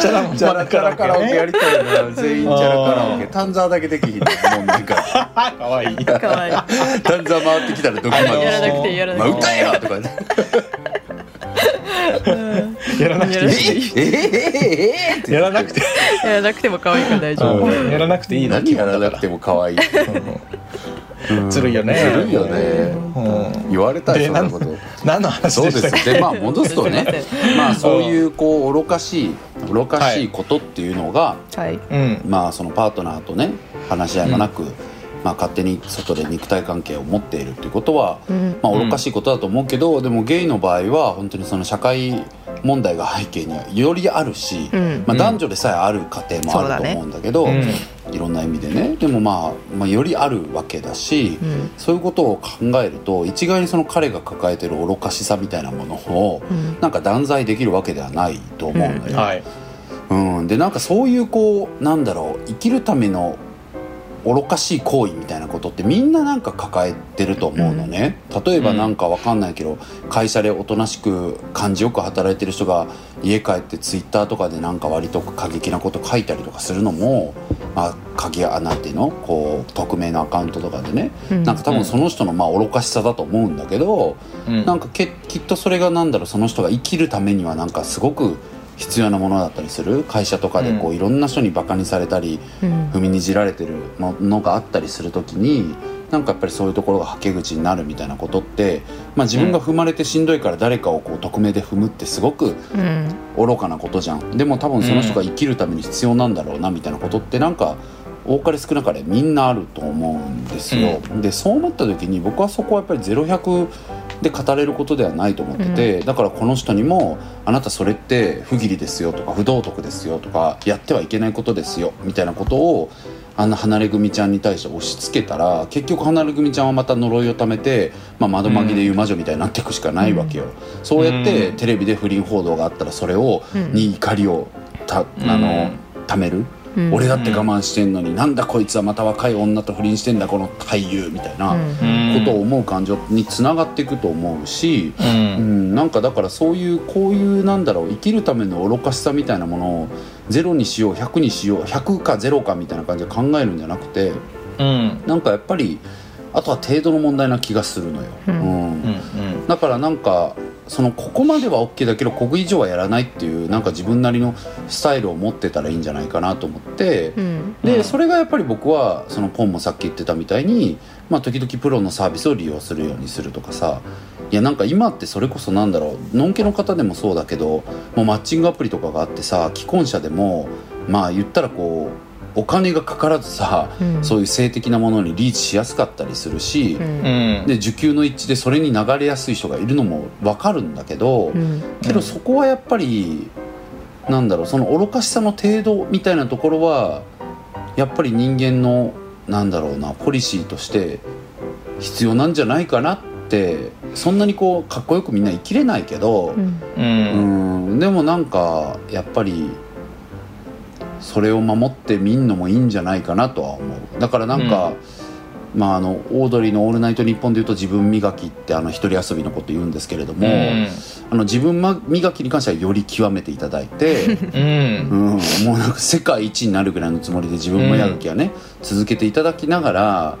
[SPEAKER 2] チャラも
[SPEAKER 3] ジャラカラカラオケや
[SPEAKER 2] り
[SPEAKER 3] りたいな全員ジャラカラオケ丹沢だけできひんねもうなんか
[SPEAKER 4] <laughs>
[SPEAKER 2] かわいい <laughs>
[SPEAKER 4] かわいい
[SPEAKER 3] 丹沢回ってきたらドキマギ
[SPEAKER 2] あのー
[SPEAKER 4] やら
[SPEAKER 3] し
[SPEAKER 4] な
[SPEAKER 3] て
[SPEAKER 4] くていいや
[SPEAKER 3] 「
[SPEAKER 4] らな
[SPEAKER 3] まあ、
[SPEAKER 4] くてい
[SPEAKER 3] 歌
[SPEAKER 4] い
[SPEAKER 3] えよ!」とか
[SPEAKER 4] <laughs>
[SPEAKER 3] ね
[SPEAKER 2] やらなくていい
[SPEAKER 3] 「ええええ
[SPEAKER 2] やらなくて
[SPEAKER 4] やらなくても可愛いから大丈夫、
[SPEAKER 2] うんやらなくていいの
[SPEAKER 3] 何やらなくても可愛い
[SPEAKER 2] うんずるいよね
[SPEAKER 3] <laughs> ずるいよね
[SPEAKER 2] うん
[SPEAKER 3] 言われたい
[SPEAKER 2] で
[SPEAKER 3] そんな
[SPEAKER 2] 何
[SPEAKER 3] こ
[SPEAKER 2] の
[SPEAKER 3] と
[SPEAKER 2] 何の話
[SPEAKER 3] そう
[SPEAKER 2] で
[SPEAKER 3] で
[SPEAKER 2] したっけ
[SPEAKER 3] すでまあ戻すと <laughs> ね
[SPEAKER 4] すい
[SPEAKER 3] まあそういうこう愚かしい愚かしいことっていうのが、
[SPEAKER 4] はい
[SPEAKER 2] うん
[SPEAKER 3] まあそのパートナーとね話し合いもなく、まあ勝手に外で肉体関係を持っているっていうことは、
[SPEAKER 4] うん
[SPEAKER 3] まあ愚かしいことだと思うけど、でもゲイの場合は本当にその社会問題が背景によりあるし、
[SPEAKER 4] うん
[SPEAKER 3] まあ、男女でさえある家庭もあると思うんだけど、
[SPEAKER 2] そうだね
[SPEAKER 3] いろんな意味でねでも、まあ、まあよりあるわけだし、
[SPEAKER 4] うん
[SPEAKER 3] そういうことを考えると一概にその彼が抱えてる愚かしさみたいなものを、
[SPEAKER 4] うん
[SPEAKER 3] なんか断罪できるわけではないと思うのよ。
[SPEAKER 2] はい
[SPEAKER 3] うん、でなんかそういうこうなんだろう生きるための愚かしい行為みたいなことってみんななんか抱えてると思うのね、例えばなんかわかんないけど、会社でおとなしく感じよく働いてる人が家帰ってツイッターとかでなんか割と過激なこと書いたりとかするのも、まあ、鍵やなんていうのこう匿名のアカウントとかでね、
[SPEAKER 4] うん
[SPEAKER 3] なんか多分その人のまあ愚かしさだと思うんだけど、
[SPEAKER 2] うん
[SPEAKER 3] なんかけきっとそれがなんだろうその人が生きるためにはなんかすごく必要なものだったりする会社とかでこう、
[SPEAKER 2] うん
[SPEAKER 3] いろんな人にバカにされたり
[SPEAKER 4] うん
[SPEAKER 3] 踏みにじられてるののがあったりする時になんかやっぱりそういうところがはけ口になるみたいなことって、まあ、自分が踏まれてしんどいから誰かをこう匿名で踏むってすごく
[SPEAKER 4] うん
[SPEAKER 3] 愚かなことじゃんでも多分その人が生きるために必要なんだろうなみたいなことってなんか多かれ少なかれみんなあると思うんですよ、でそう思った時に僕はそこはやっぱり0100で語れることではないと思ってて、だからこの人にも「あなたそれって不義理ですよ」とか「不道徳ですよ」とか「やってはいけないことですよ」みたいなことをあんな離れ組ちゃんに対して押し付けたら結局離れ組ちゃんはまた呪いをためて、まあ、窓紛れいう魔女みたいになっていくしかないわけよ、そうやって
[SPEAKER 2] うん
[SPEAKER 3] テレビで不倫報道があったらそれを、
[SPEAKER 4] うん
[SPEAKER 3] に怒りをたあの、貯める、
[SPEAKER 4] うん
[SPEAKER 3] 俺だって我慢してんのになんだこいつはまた若い女と不倫してんだこの俳優みたいな
[SPEAKER 4] うん
[SPEAKER 3] ことを思う感情につながっていくと思うし、
[SPEAKER 2] う
[SPEAKER 3] うんん、なんかだからそういうこういうなんだろう生きるための愚かしさみたいなものをゼロにしよう100にしよう100か0かみたいな感じで考えるんじゃなくて
[SPEAKER 2] うん
[SPEAKER 3] なんかやっぱりあとは程度の問題な気がするのよ。
[SPEAKER 4] う
[SPEAKER 3] うん
[SPEAKER 2] うんうん
[SPEAKER 3] だからなんかそのここまでは OK だけどここ以上はやらないっていうなんか自分なりのスタイルを持ってたらいいんじゃないかなと思って、
[SPEAKER 4] うん
[SPEAKER 2] うん
[SPEAKER 3] でそれがやっぱり僕はそのポンもさっき言ってたみたいに、まあ、時々プロのサービスを利用するようにするとかさいやなんか今ってそれこそなんだろうのんけの方でもそうだけどもうマッチングアプリとかがあってさ既婚者でもまあ言ったらこうお金がかからずさ
[SPEAKER 4] うん
[SPEAKER 3] そういう性的なものにリーチしやすかったりするし。
[SPEAKER 4] うん
[SPEAKER 2] うん
[SPEAKER 3] で受給の一致でそれに流れやすい人がいるのも分かるんだけど、
[SPEAKER 4] うん
[SPEAKER 3] けどそこはやっぱりなんだろうその愚かしさの程度みたいなところはやっぱり人間のなんだろうなポリシーとして必要なんじゃないかなってそんなにこうかっこよくみんな生きれないけど
[SPEAKER 4] う、ん
[SPEAKER 2] うん
[SPEAKER 3] うんでもなんかやっぱりそれを守ってみんのもいいんじゃないかなとは思うだからなんか、まあ、あのオードリーの「オールナイトニッポン」でいうと自分磨きってあの一人遊びのこと言うんですけれども、
[SPEAKER 2] うん
[SPEAKER 3] あの自分ま磨きに関してはより極めていただいて、
[SPEAKER 2] うん
[SPEAKER 3] うん、もうなんか世界一になるぐらいのつもりで自分磨きはね、続けていただきながら。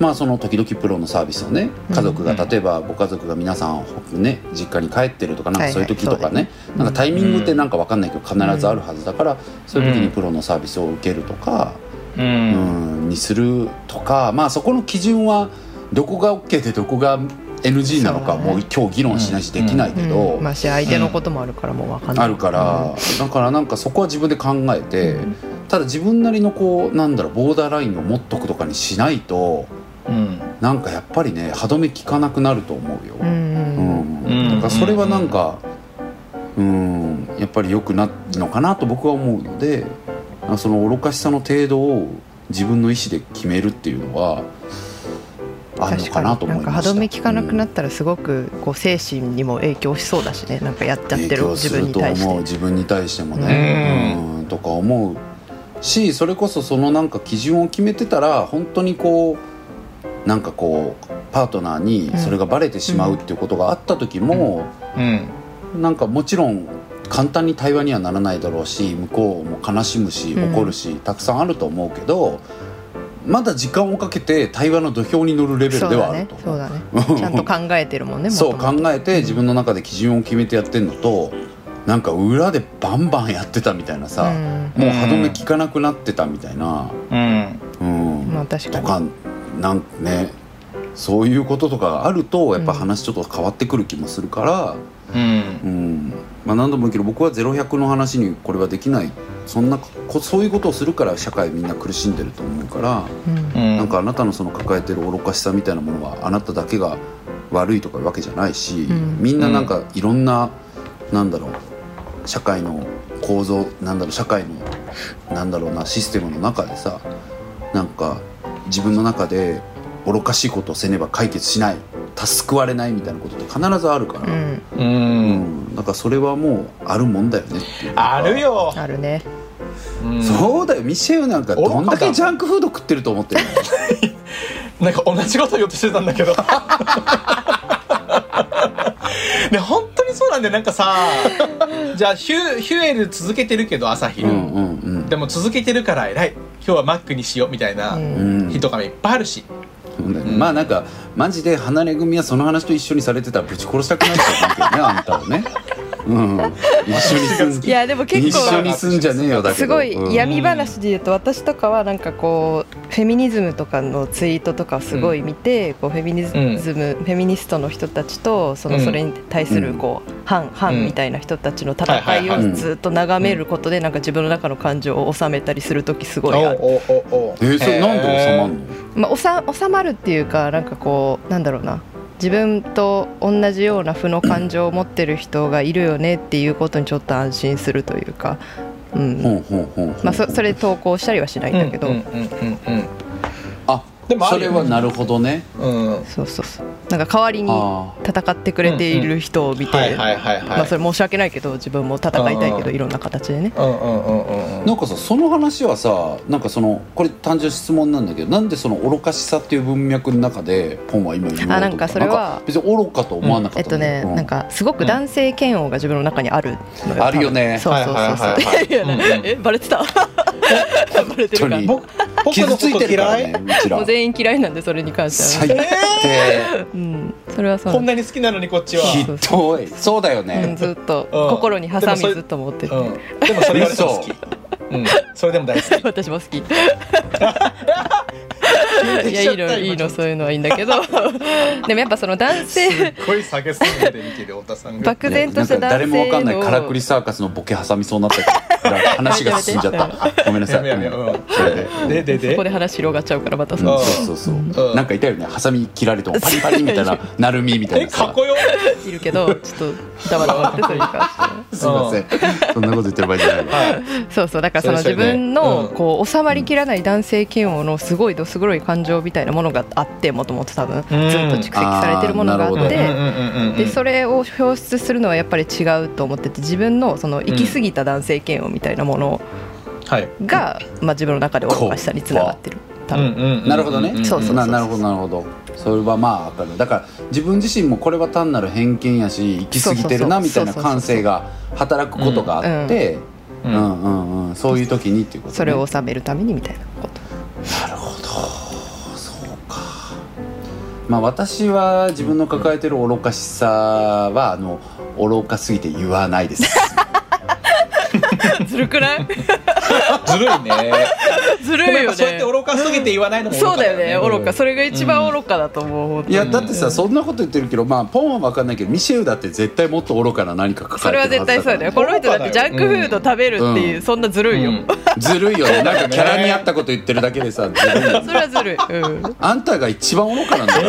[SPEAKER 3] まあその時々プロのサービスをね家族が
[SPEAKER 2] うん
[SPEAKER 3] 例えばご家族が皆さんね実家に帰ってるとかなん
[SPEAKER 4] はい
[SPEAKER 3] か
[SPEAKER 4] はい
[SPEAKER 3] そういう時とか
[SPEAKER 4] そうだ
[SPEAKER 3] ねなんかタイミングってなんかわかんないけど必ずあるはずだからそういう時にプロのサービスを受けるとか
[SPEAKER 2] うん
[SPEAKER 3] うんにするとかまあそこの基準はどこが OK でどこが NG なのかはもう今日議論しないしできないけど、
[SPEAKER 4] うんまあし相手のこともあるからもうわかんない
[SPEAKER 3] あるから、だからなんかそこは自分で考えて、ただ自分なりのこうなんだろうボーダーラインを持っとくとかにしないと
[SPEAKER 2] うん
[SPEAKER 3] なんかやっぱりね歯止め効かなくなると思うよ。
[SPEAKER 4] うんうんうん
[SPEAKER 3] うんだからそれはなんかうんやっぱり良くなるのかなと僕は思うのであその愚かしさの程度を自分の意思で決めるっていうのはあるの
[SPEAKER 4] 確か
[SPEAKER 3] か
[SPEAKER 4] に
[SPEAKER 3] なと思いました
[SPEAKER 4] なんか歯止め効かなくな
[SPEAKER 3] っ
[SPEAKER 4] ったらすごくこう精神にも影響しそうだしねなんかやっちゃってる自分に対し
[SPEAKER 3] 思う
[SPEAKER 4] て
[SPEAKER 3] 自分に対してもね
[SPEAKER 2] う
[SPEAKER 3] うんとか思うしそれこそそのなんか基準を決めてたら本当にこうなんかこうパートナーにそれがバレてしまうっていうことがあった時も、
[SPEAKER 2] うん
[SPEAKER 3] なんかもちろん簡単に対話にはならないだろうし向こうも悲しむし
[SPEAKER 4] うん
[SPEAKER 3] 怒るし、たくさんあると思うけどまだ時間をかけて対話の土俵に乗るレベル
[SPEAKER 4] そう
[SPEAKER 3] では
[SPEAKER 4] だ
[SPEAKER 3] ある
[SPEAKER 4] ね
[SPEAKER 3] と。
[SPEAKER 4] そうだねちゃんと考えてるもんね
[SPEAKER 3] そう
[SPEAKER 4] もともと
[SPEAKER 3] 考えて自分の中で基準を決めてやってんのとなんか裏でバンバンやってたみたいなさ、
[SPEAKER 4] うん
[SPEAKER 3] もう歯止め効かなくなってたみたいな、
[SPEAKER 2] うん
[SPEAKER 3] うん
[SPEAKER 4] まあ確か
[SPEAKER 3] と
[SPEAKER 4] に
[SPEAKER 3] かなんかねそういうこととかがあるとやっぱ話ちょっと変わってくる気もするから。
[SPEAKER 2] うん
[SPEAKER 3] うんまあ、何度も言うけど僕は0100の話にこれはできないそんなこそういうことをするから社会みんな苦しんでると思うから、
[SPEAKER 4] うん
[SPEAKER 2] うん
[SPEAKER 3] なんかあなたのその抱えてる愚かしさみたいなものはあなただけが悪いとかいうわけじゃないし、
[SPEAKER 4] ん
[SPEAKER 3] みんななんかいろんな、なんだろう社会の構造なんだろう社会のなんだろうなシステムの中でさなんか自分の中で愚かしいことをせねば解決しない救われないみたいなことって必ずあるから。
[SPEAKER 4] うん
[SPEAKER 2] うん
[SPEAKER 3] うん、なんかそれはもうあるもんだよねっていう
[SPEAKER 2] あるよ
[SPEAKER 4] あるね
[SPEAKER 2] うん
[SPEAKER 3] そうだよミシェウなんか
[SPEAKER 2] 愚かだ
[SPEAKER 3] どんだけジャンクフード食ってると思ってるの
[SPEAKER 2] なんか同じこと言おうとしてたんだけど。
[SPEAKER 3] <laughs>
[SPEAKER 2] ね、本当にそうなんだよ。なんかさ、じゃあヒュ、ヒュエル続けてるけど、朝昼。
[SPEAKER 3] うんうんうん
[SPEAKER 2] でも続けてるから偉い。今日はマックにしよう、みたいな
[SPEAKER 4] うん
[SPEAKER 3] うん
[SPEAKER 2] 日とかもいっぱいあるし。
[SPEAKER 3] そうだよねまあなんかマジで離れ組はその話と一緒にされてたらぶち殺したくなっちゃうけどねあんたをね、うん、一緒に住ん
[SPEAKER 4] いやでも結
[SPEAKER 3] 一緒
[SPEAKER 4] 構
[SPEAKER 3] に住んじゃねえよだけど
[SPEAKER 4] すごい
[SPEAKER 3] うん
[SPEAKER 4] 闇話で言うと私とかはなんかこうフェミニズムとかのツイートとかをすごい見てこうフェミニズム
[SPEAKER 2] うん
[SPEAKER 4] フェミニストの人たちとそうの
[SPEAKER 2] ん
[SPEAKER 4] それに対するこう反
[SPEAKER 2] う
[SPEAKER 4] 反
[SPEAKER 2] ん
[SPEAKER 4] みたいな人たちの戦い
[SPEAKER 2] はいはい
[SPEAKER 3] は
[SPEAKER 4] を
[SPEAKER 3] い
[SPEAKER 4] ずっと眺めることでなんか自分の中の感情を収めたりする時すごいある
[SPEAKER 2] おおおお
[SPEAKER 3] えーそれなんで収ま
[SPEAKER 2] る
[SPEAKER 3] んの、
[SPEAKER 4] まあ、収収まるっていうかなんかこうなんだろうな自分と同じような負の感情を持ってる人がいるよねっていうことにちょっと安心するというか、うん
[SPEAKER 3] ほんほんほんほん
[SPEAKER 4] まあ、そそれ投稿したりはしないんだけど、
[SPEAKER 2] うんうんうん
[SPEAKER 3] あ
[SPEAKER 2] でもあ
[SPEAKER 3] そ
[SPEAKER 2] る
[SPEAKER 3] れ
[SPEAKER 2] よ
[SPEAKER 3] はなるほどね
[SPEAKER 2] うんうん。
[SPEAKER 4] そうそうそうなんか代わりに
[SPEAKER 3] あ
[SPEAKER 4] 戦ってくれている人を見て、
[SPEAKER 2] はいはいはいはい。
[SPEAKER 4] まあ、それ申し訳ないけど自分も戦いたいけ
[SPEAKER 2] う
[SPEAKER 4] ど
[SPEAKER 2] ん
[SPEAKER 4] いろんな形でね。
[SPEAKER 2] うんうんうんうんうん。
[SPEAKER 3] なんかさその話はさなんかそのこれ単純質問なんだけどなんでその愚かしさっていう文脈の中でポンは今言おうと思った
[SPEAKER 4] あなんかそれは
[SPEAKER 3] 別に愚かと思わなかっ
[SPEAKER 4] えったと
[SPEAKER 3] の、
[SPEAKER 4] ね、
[SPEAKER 3] うん
[SPEAKER 4] なんかすごく男性嫌悪が自分の中にあるの
[SPEAKER 3] あるよね
[SPEAKER 4] 多分そうそうそうそう、
[SPEAKER 2] はいいはいはいはい
[SPEAKER 4] や
[SPEAKER 2] うんうん
[SPEAKER 4] えバレてた <laughs> バレてるか
[SPEAKER 3] 本当に
[SPEAKER 2] 僕僕の
[SPEAKER 3] 傷
[SPEAKER 2] こ
[SPEAKER 3] ついて
[SPEAKER 2] と
[SPEAKER 3] るから
[SPEAKER 2] 嫌い
[SPEAKER 3] ねうち
[SPEAKER 4] もう
[SPEAKER 3] ら
[SPEAKER 4] 全員嫌いなんでそれに関しては
[SPEAKER 3] 最
[SPEAKER 4] ね、
[SPEAKER 3] 低
[SPEAKER 4] うん、それはそう
[SPEAKER 2] こ
[SPEAKER 4] なんん
[SPEAKER 2] なに好きなのにこっちは。
[SPEAKER 3] ひどいそうだよ
[SPEAKER 4] う
[SPEAKER 3] ね
[SPEAKER 4] ん、ずっ
[SPEAKER 2] <laughs>
[SPEAKER 4] と
[SPEAKER 2] うん
[SPEAKER 4] 心にハサミ
[SPEAKER 2] でもそれ
[SPEAKER 4] ずっと持ってて、
[SPEAKER 2] うん。でもそれ言われても好き。うん。それでも大好き。
[SPEAKER 4] <laughs> 私も好きいや <laughs> いいのいいのそういうのはいいんだけ
[SPEAKER 2] <laughs>
[SPEAKER 4] どでもやっぱその男
[SPEAKER 2] す
[SPEAKER 4] 性
[SPEAKER 2] っごい下げすぎて見てる太田さんが。
[SPEAKER 4] <laughs> 漠然と
[SPEAKER 3] なん
[SPEAKER 4] した
[SPEAKER 3] か
[SPEAKER 4] 男
[SPEAKER 3] 誰
[SPEAKER 4] 性の
[SPEAKER 3] もわかんないからくりサーカスのボケ挟みそうになったけど話が進んじゃ
[SPEAKER 4] <laughs>
[SPEAKER 3] ったごめんなさ
[SPEAKER 2] や
[SPEAKER 3] い
[SPEAKER 2] めやめやめ
[SPEAKER 3] うん
[SPEAKER 2] う
[SPEAKER 3] それで
[SPEAKER 2] ん。でで
[SPEAKER 4] そこで
[SPEAKER 2] で。
[SPEAKER 4] 話広がっちゃうからまた
[SPEAKER 3] う
[SPEAKER 4] そ
[SPEAKER 3] ん
[SPEAKER 4] の、
[SPEAKER 3] そうそうそう、
[SPEAKER 2] うん
[SPEAKER 3] なんかいたよねハサミ切られてもパリパリみたいななるみみたい
[SPEAKER 2] え
[SPEAKER 3] なさ
[SPEAKER 2] <laughs> かっこよ。
[SPEAKER 4] いるけどちょっとダバダバってそういうか
[SPEAKER 3] すいませんそんなこと言ってる場合じゃないわ
[SPEAKER 2] はい。
[SPEAKER 4] そうそうだからその
[SPEAKER 2] そう
[SPEAKER 4] 自
[SPEAKER 2] ですよね
[SPEAKER 4] 分の
[SPEAKER 2] うん
[SPEAKER 4] こう収まりきらない男性嫌悪のすごいどす黒い感情みたいなものがあってもともと多分ずっと蓄積されてるものがあ
[SPEAKER 3] あーな
[SPEAKER 4] っ
[SPEAKER 3] る
[SPEAKER 4] て。
[SPEAKER 3] ほ
[SPEAKER 4] でそ
[SPEAKER 2] れ。
[SPEAKER 4] れを表出するのはやっぱり違うと思ってて自分のその行き過ぎた男性嫌悪みたいなもの
[SPEAKER 2] はい。
[SPEAKER 4] が、まあ、自分の中で愚かしさにつながってる多分、
[SPEAKER 3] <laughs> なるほどね、
[SPEAKER 4] そうそうそう
[SPEAKER 3] ななるほどなるほどそれはまあ分かるだから自分自身もこれは単なる偏見やし行き過ぎてるな
[SPEAKER 4] そう
[SPEAKER 3] み
[SPEAKER 4] そ
[SPEAKER 3] た
[SPEAKER 4] うそう
[SPEAKER 3] いな感性が働くことがあって、う
[SPEAKER 2] うんんう
[SPEAKER 3] う
[SPEAKER 2] ん
[SPEAKER 3] んうんそういう時にっていうこと、ね、
[SPEAKER 4] それを収めるためにみたいなこと
[SPEAKER 3] なるほどそうかまあ私は自分の抱えてる愚かしさはあの愚かすぎて言わないです
[SPEAKER 4] <laughs> ずるくない
[SPEAKER 2] ずるいね
[SPEAKER 4] <laughs>
[SPEAKER 2] で
[SPEAKER 4] ず
[SPEAKER 2] も
[SPEAKER 4] る
[SPEAKER 2] や
[SPEAKER 4] い
[SPEAKER 2] っ
[SPEAKER 4] よ
[SPEAKER 2] ぱ
[SPEAKER 4] ね
[SPEAKER 2] そうやって愚かすぎて言わない <laughs> のも愚か
[SPEAKER 4] そうだよね
[SPEAKER 2] ね
[SPEAKER 4] 愚かそれが一番愚かだと思う、本
[SPEAKER 3] <laughs>
[SPEAKER 4] 当
[SPEAKER 3] い
[SPEAKER 4] に
[SPEAKER 3] やだってさそんなこと言ってるけどまあポンは分かんないけどミシェウだって絶対もっと愚かな何か
[SPEAKER 4] そ
[SPEAKER 3] 抱
[SPEAKER 4] れは
[SPEAKER 3] えてるは
[SPEAKER 4] 絶
[SPEAKER 3] ずだ
[SPEAKER 4] 対そうだよこの人だってジャンクフード食べるっていう、
[SPEAKER 3] うん
[SPEAKER 4] そんなずるいよ、
[SPEAKER 2] うん
[SPEAKER 3] ずるいよねなんかキャラに合ったこと言ってるだけでさずるいよ
[SPEAKER 4] それはずるい、うん、
[SPEAKER 3] あんたが一番愚かなんだ
[SPEAKER 2] え
[SPEAKER 3] よ、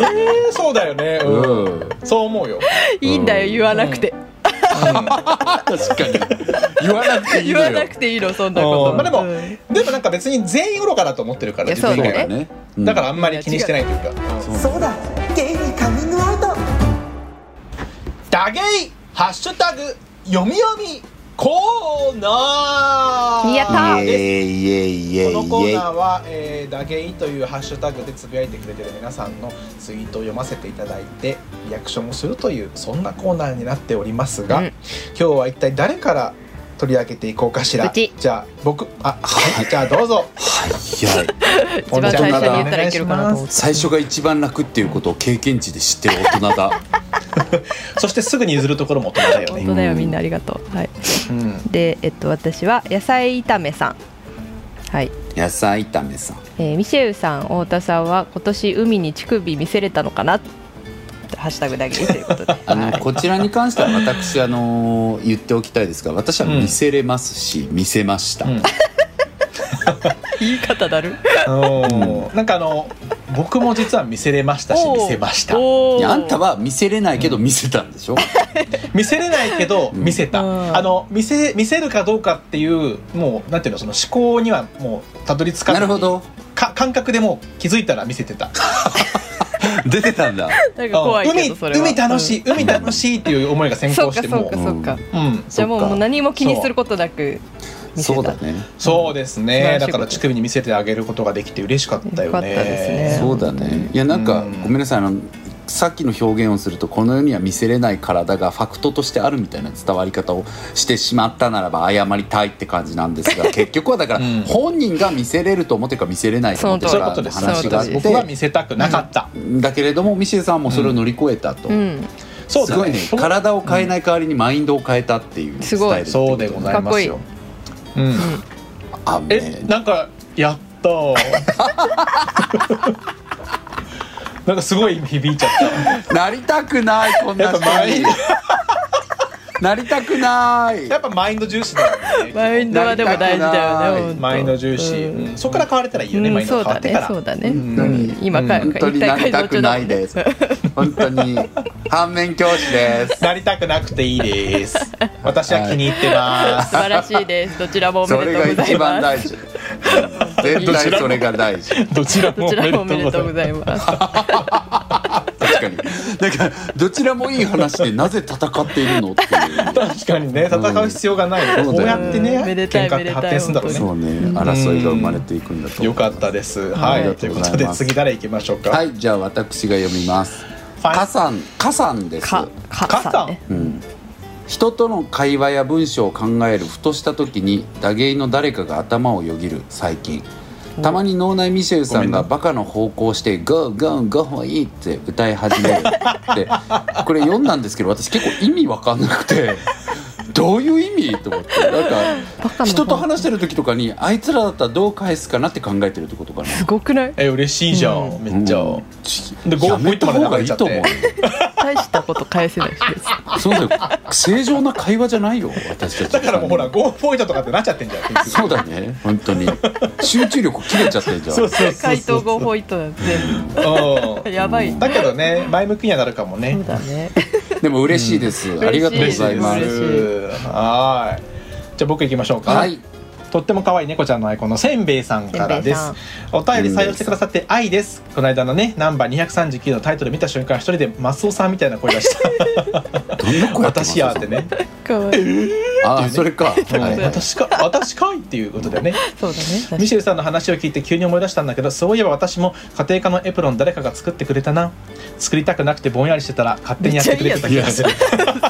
[SPEAKER 2] ーそうだよね
[SPEAKER 3] う
[SPEAKER 2] うん
[SPEAKER 3] ん、
[SPEAKER 2] そう思うよ
[SPEAKER 4] いいんだよ言わなくて、
[SPEAKER 3] 確かに言わなくていいの
[SPEAKER 4] 言
[SPEAKER 3] よ
[SPEAKER 4] わなくていいのそんなこと、
[SPEAKER 2] うんまあでも
[SPEAKER 4] うん
[SPEAKER 2] でもなんか別に全員愚かだと思ってるから
[SPEAKER 4] いや
[SPEAKER 2] 自分以
[SPEAKER 3] そう
[SPEAKER 2] 外
[SPEAKER 3] だ
[SPEAKER 2] は
[SPEAKER 3] ね、
[SPEAKER 2] だからあんまり気にしてないというかうん
[SPEAKER 5] そうだゲイにカミングアウト
[SPEAKER 2] ダゲイハッシュタグ読み読みコーナー
[SPEAKER 4] やったー
[SPEAKER 3] イエイイエイイエイイエイ
[SPEAKER 2] このコーナーは、えー、ダゲイというハッシュタグでつぶやいてくれてる皆さんのツイートを読ませていただいてリアクションをするというそんなコーナーになっておりますが、
[SPEAKER 4] うん
[SPEAKER 2] 今日は一体誰から取り上げていこうかしら
[SPEAKER 4] うち
[SPEAKER 2] じゃあ僕あはいじゃあどうぞ
[SPEAKER 3] 早い
[SPEAKER 4] 一番最初に言ったらいけるかなと思って
[SPEAKER 3] 最初が一番楽っていうことを経験値で知ってる大人だ
[SPEAKER 2] <laughs> そしてすぐに譲るところも大人だよ
[SPEAKER 4] 本
[SPEAKER 2] ね、
[SPEAKER 4] 当だよみんなありがとう、はい、
[SPEAKER 2] うん
[SPEAKER 4] で、えっと、私は野菜炒めさんはい
[SPEAKER 3] <laughs> 野菜炒めさん
[SPEAKER 4] えーミシェウさん太田さんは今年海に乳首見せれたのかなハッシュタグだけということで
[SPEAKER 3] あのこちらに関しては私あの言っておきたいですが私は
[SPEAKER 2] うん
[SPEAKER 3] 見せれますし、見せました、
[SPEAKER 2] うん
[SPEAKER 4] 言い方だる
[SPEAKER 2] おーなんかあの僕も実は見せれましたし見せました
[SPEAKER 4] おー
[SPEAKER 3] いやあんたは見せれないけど見せたんでしょ、
[SPEAKER 2] 見せれないけど
[SPEAKER 3] うん
[SPEAKER 2] 見せた、
[SPEAKER 4] うん
[SPEAKER 2] あの見せ見せるかどうかっていうもうなんていうのその思考にはもうたどり着かな
[SPEAKER 3] ないるほど
[SPEAKER 2] か感覚でもう気づいたら見せてた
[SPEAKER 3] 出てたんだ
[SPEAKER 4] なんか怖いけどそれは
[SPEAKER 2] 海海楽しい、海楽しいっていう思いが先
[SPEAKER 4] そ
[SPEAKER 2] 行
[SPEAKER 4] う
[SPEAKER 2] し
[SPEAKER 4] か
[SPEAKER 2] て
[SPEAKER 4] そう
[SPEAKER 2] も
[SPEAKER 4] か
[SPEAKER 2] う
[SPEAKER 4] そうか
[SPEAKER 2] うん
[SPEAKER 4] じゃあもう
[SPEAKER 3] そっか
[SPEAKER 4] もう何も気にすることなく見せた
[SPEAKER 3] そうだね
[SPEAKER 2] そうですね
[SPEAKER 4] 素晴らし
[SPEAKER 2] だ
[SPEAKER 4] いこと
[SPEAKER 2] から乳首に見せてあげることができて嬉しかったよね
[SPEAKER 4] よかったですね
[SPEAKER 3] そうだねいやなんか、
[SPEAKER 2] うん
[SPEAKER 3] ごめんなさいあのさっきの表現をするとこの世には見せれない体がファクトとしてあるみたいな伝わり方をしてしまったならば謝りたいって感じなんです
[SPEAKER 2] <laughs>
[SPEAKER 3] が結局はだから、
[SPEAKER 2] うん
[SPEAKER 3] 本人が見せれると思ってるか見せれないと思ってる
[SPEAKER 2] そう
[SPEAKER 3] か
[SPEAKER 2] いうこ
[SPEAKER 3] ら
[SPEAKER 2] と
[SPEAKER 3] の
[SPEAKER 2] です
[SPEAKER 3] 話があっ
[SPEAKER 4] そ
[SPEAKER 3] て
[SPEAKER 4] う
[SPEAKER 2] 僕は見せたくなかった、
[SPEAKER 3] だけれどもミシェルさんもそれを乗り越えたと、
[SPEAKER 4] うん
[SPEAKER 2] そう
[SPEAKER 3] す
[SPEAKER 2] だ
[SPEAKER 3] ごい
[SPEAKER 2] ね
[SPEAKER 3] ね体を変えない代わりにマインドを変えたっていう
[SPEAKER 4] す
[SPEAKER 3] ス
[SPEAKER 4] ごい
[SPEAKER 3] タイルってこ
[SPEAKER 2] そ
[SPEAKER 3] と
[SPEAKER 2] うでございますよ
[SPEAKER 4] か
[SPEAKER 2] うん
[SPEAKER 3] あ
[SPEAKER 2] え
[SPEAKER 3] ね
[SPEAKER 2] なんかやった
[SPEAKER 3] <laughs>
[SPEAKER 2] ーなんかすごい響いちゃっ
[SPEAKER 3] なりたくないこんな
[SPEAKER 2] や
[SPEAKER 3] 人
[SPEAKER 2] っぱマイ
[SPEAKER 3] に
[SPEAKER 2] ンド
[SPEAKER 3] なりたくない
[SPEAKER 2] たやっぱマインド重視だよね
[SPEAKER 4] マインドはでも大事だよね
[SPEAKER 2] マインド重視、
[SPEAKER 4] うん
[SPEAKER 2] うんそこから変われたらいいよね、
[SPEAKER 4] うん
[SPEAKER 2] マインドが変わってから
[SPEAKER 4] そうだねそうだね
[SPEAKER 2] ん
[SPEAKER 3] うん
[SPEAKER 4] 今か
[SPEAKER 3] 本当になりたくないです本当に反面教師です
[SPEAKER 2] なりたくなくていい
[SPEAKER 4] <laughs>
[SPEAKER 2] です私は気に入ってま
[SPEAKER 4] 素
[SPEAKER 2] す、
[SPEAKER 4] 晴らしいですどちらもおめ
[SPEAKER 3] それ
[SPEAKER 4] でと
[SPEAKER 3] が
[SPEAKER 4] うござ
[SPEAKER 3] 一
[SPEAKER 4] い
[SPEAKER 3] 番
[SPEAKER 4] ま
[SPEAKER 3] 大
[SPEAKER 4] す
[SPEAKER 3] 事絶対それが大事
[SPEAKER 2] どちらも
[SPEAKER 4] ど
[SPEAKER 2] おめ
[SPEAKER 4] ちら
[SPEAKER 2] で
[SPEAKER 4] もおめでと
[SPEAKER 2] と
[SPEAKER 4] う
[SPEAKER 2] う
[SPEAKER 4] ご
[SPEAKER 2] ご
[SPEAKER 4] ざ
[SPEAKER 2] ざい
[SPEAKER 4] い
[SPEAKER 2] ま
[SPEAKER 4] ます
[SPEAKER 3] 確かにだからどちらもいい話でなぜ戦っているのっていう
[SPEAKER 2] す確かにね戦う必要がない、
[SPEAKER 3] うん
[SPEAKER 2] こうやってね、
[SPEAKER 4] うんめでたい
[SPEAKER 2] 喧嘩って発展するんだろう
[SPEAKER 3] そ
[SPEAKER 2] ね
[SPEAKER 3] うね争いが生まれていくんだと思
[SPEAKER 2] よ
[SPEAKER 3] います
[SPEAKER 2] かったです
[SPEAKER 3] あ
[SPEAKER 2] は
[SPEAKER 3] りが
[SPEAKER 2] い
[SPEAKER 3] と
[SPEAKER 2] と
[SPEAKER 3] う
[SPEAKER 2] いう
[SPEAKER 3] ご
[SPEAKER 2] こ
[SPEAKER 3] ざいます
[SPEAKER 2] とで次誰行きましょうか
[SPEAKER 3] はいじゃあ私が読みます
[SPEAKER 2] はい
[SPEAKER 3] カサンカサンです
[SPEAKER 4] かか
[SPEAKER 2] か
[SPEAKER 4] さんね
[SPEAKER 3] うん人との会話や文章を考えるふとした時に打芸の誰かが頭をよぎる最近たまに脳内ミシェルさんがバカの方向して「ゴーゴーゴーいい」って歌い始
[SPEAKER 2] <laughs>
[SPEAKER 3] めるってこれ読んだんですけど私結構意味わかんなくてどういう意味と思ってなんか人と話してる時とかにあいつらだったらどう返すかなって考えてるってことかな
[SPEAKER 4] すごくない
[SPEAKER 2] え嬉しいじゃん、めっちゃ、
[SPEAKER 3] うん
[SPEAKER 2] でゴー
[SPEAKER 3] やめた方がいいと思うよ
[SPEAKER 4] 大したこと返せないし別に
[SPEAKER 3] そうだよ正常な会話じゃないよ私たち
[SPEAKER 2] だからもうほらゴーポイントとかってなっちゃってんじゃん結局
[SPEAKER 3] そうだね本当に集中力切れちゃってるじゃん
[SPEAKER 2] そうそうそうそう
[SPEAKER 4] 回答5ポイントなんて
[SPEAKER 2] うん
[SPEAKER 4] やばい
[SPEAKER 2] だけどね前向きにはなるかも
[SPEAKER 4] そ
[SPEAKER 2] ね
[SPEAKER 4] うだね
[SPEAKER 3] でも嬉しいです、
[SPEAKER 4] ん
[SPEAKER 3] ありがとうご
[SPEAKER 2] 嬉しい
[SPEAKER 3] ざい
[SPEAKER 2] で
[SPEAKER 3] ますす
[SPEAKER 4] 嬉しい
[SPEAKER 2] はーいじゃあ僕行きましょうか
[SPEAKER 3] はい
[SPEAKER 2] とっても可愛い猫ちゃんのアイコンのせんべいさんからです
[SPEAKER 4] せんべ
[SPEAKER 2] お便り採用してくださって愛ですこの間のねナンバー239のタイトル見た瞬間一人でマスオさんみたいな声出した
[SPEAKER 3] どんな声やってます
[SPEAKER 2] 私やってね
[SPEAKER 4] かわいい
[SPEAKER 3] ああそれか、は
[SPEAKER 2] はい
[SPEAKER 3] い、
[SPEAKER 2] 私か私かいっていうことだよね
[SPEAKER 4] そうだね確か
[SPEAKER 2] ミ
[SPEAKER 4] に
[SPEAKER 2] シェルさんの話を聞いて急に思い出したんだけどそういえば私も家庭科のエプロン誰かが作ってくれたな作りたくなくてぼんやりしてたら勝手にやってくれてた気がする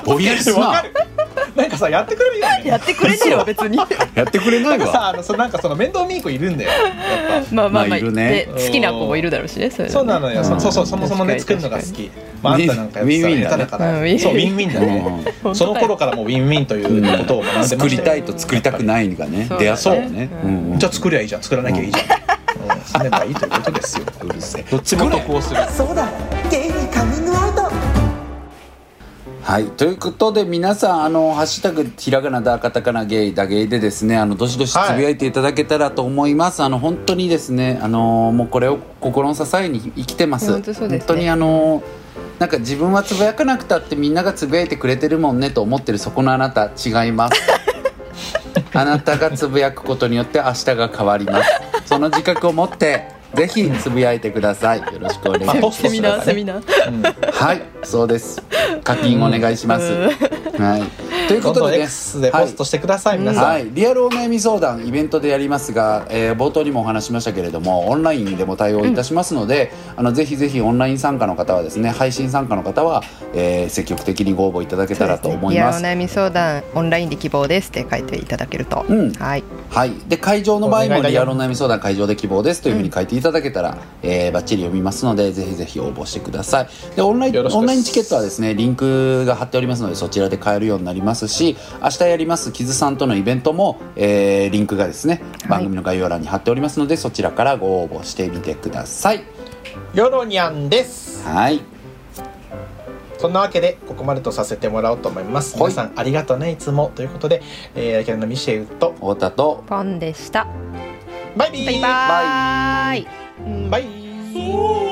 [SPEAKER 3] ぼんやりす
[SPEAKER 2] わか
[SPEAKER 3] な
[SPEAKER 2] るなんかさやってくれるよね
[SPEAKER 4] <laughs> やってくれてるわ別 <laughs> に
[SPEAKER 3] やってくれな
[SPEAKER 2] ないんか <laughs>
[SPEAKER 3] わ
[SPEAKER 2] さあのそなんかその面倒見いい子いるんだよやっ
[SPEAKER 4] まあまあまあ、
[SPEAKER 3] まあいるね
[SPEAKER 4] で好きな子もいるだろうしねそれ
[SPEAKER 2] ぱそうなのよ、そ
[SPEAKER 3] うん
[SPEAKER 2] そうそうそもそもね
[SPEAKER 4] 確
[SPEAKER 2] 作
[SPEAKER 4] かに
[SPEAKER 2] るのが好きまああんたなんかやっ
[SPEAKER 3] ウィンウィ
[SPEAKER 2] て
[SPEAKER 3] ンだ
[SPEAKER 2] た
[SPEAKER 3] ね
[SPEAKER 2] 下手だから、
[SPEAKER 4] うんウィンウィン
[SPEAKER 2] そうウィンウィンだね、
[SPEAKER 4] うん
[SPEAKER 2] その頃からもうウィンウィンということを学んでましたよ
[SPEAKER 3] 作りたいと作りたくないがね
[SPEAKER 4] そう
[SPEAKER 3] 出会ったよね
[SPEAKER 4] そう
[SPEAKER 3] うんうん
[SPEAKER 2] じゃあ作りゃいいじゃん作らなきゃいいじゃん、うんすればいいということですよ
[SPEAKER 3] うるせえ
[SPEAKER 2] どっちも得をする
[SPEAKER 5] そうだゲイにカミングアウト
[SPEAKER 3] はいということで皆さんあの「ハッシュタグひらがなだカタカナゲイだゲイ」でですねあのどしどしつぶやいていただけたらと思います、あの本当にですねあのもうこれを心の支えに生きてま
[SPEAKER 4] い
[SPEAKER 3] す
[SPEAKER 4] や本当そうですね
[SPEAKER 3] 本当にあのなんか自分はつぶやかなくたってみんながつぶやいてくれてるもんねと思ってるそこのあなた違います
[SPEAKER 4] <laughs>
[SPEAKER 3] あなたがつぶやくことによって明日が変わりますその自覚を持ってぜひつぶやいてくださいよろしくお願いし
[SPEAKER 2] まあ
[SPEAKER 3] ま
[SPEAKER 2] ポ
[SPEAKER 3] す
[SPEAKER 2] ス
[SPEAKER 4] セミナーセミナー
[SPEAKER 3] はい、そうです。課金お願いします。
[SPEAKER 4] うん
[SPEAKER 3] はい。というこ
[SPEAKER 2] 今
[SPEAKER 3] と
[SPEAKER 2] 度
[SPEAKER 3] でね、
[SPEAKER 2] X でポストしてください、皆さん、
[SPEAKER 3] はい、はい、リアルお悩み相談イベントでやりますが、えー冒頭にもお話ししましたけれども、オンラインでも対応いたしますので、あのぜひぜひオンライン参加の方はですね、配信参加の方は、えー積極的にご応募いただけたらと思い
[SPEAKER 4] リア
[SPEAKER 3] ま
[SPEAKER 4] ルお
[SPEAKER 3] す。
[SPEAKER 4] 悩み相談オンラインで希望ですって書いていただけると、
[SPEAKER 3] うん
[SPEAKER 4] はい
[SPEAKER 3] はい、で会場の場合
[SPEAKER 2] お願い
[SPEAKER 3] も
[SPEAKER 2] だよ
[SPEAKER 3] リアルお悩み相談会場で希望ですというふうに書いていただけたら、えーバッチリ読みますのでぜひぜひ応募してくださいでオンライン
[SPEAKER 2] よろしくです
[SPEAKER 3] オンラインチケットはですねリンクが貼っておりますのでそちらで買えるようになりますし明日やりますキズさんとのイベントも、えーリンクがですね
[SPEAKER 4] い
[SPEAKER 3] 番組の概要欄に貼っておりますので、そちらからご応募してみてください
[SPEAKER 6] ヨロニャンです
[SPEAKER 3] はい
[SPEAKER 6] そんなわけでここまでとさせてもらおうと思います
[SPEAKER 3] はい
[SPEAKER 6] 皆さんありがとうねいつもということでえー、キャラのミシェルと
[SPEAKER 3] 太田と
[SPEAKER 4] ポンでした
[SPEAKER 6] バイビー
[SPEAKER 4] バイバーイ
[SPEAKER 6] バイ
[SPEAKER 1] そう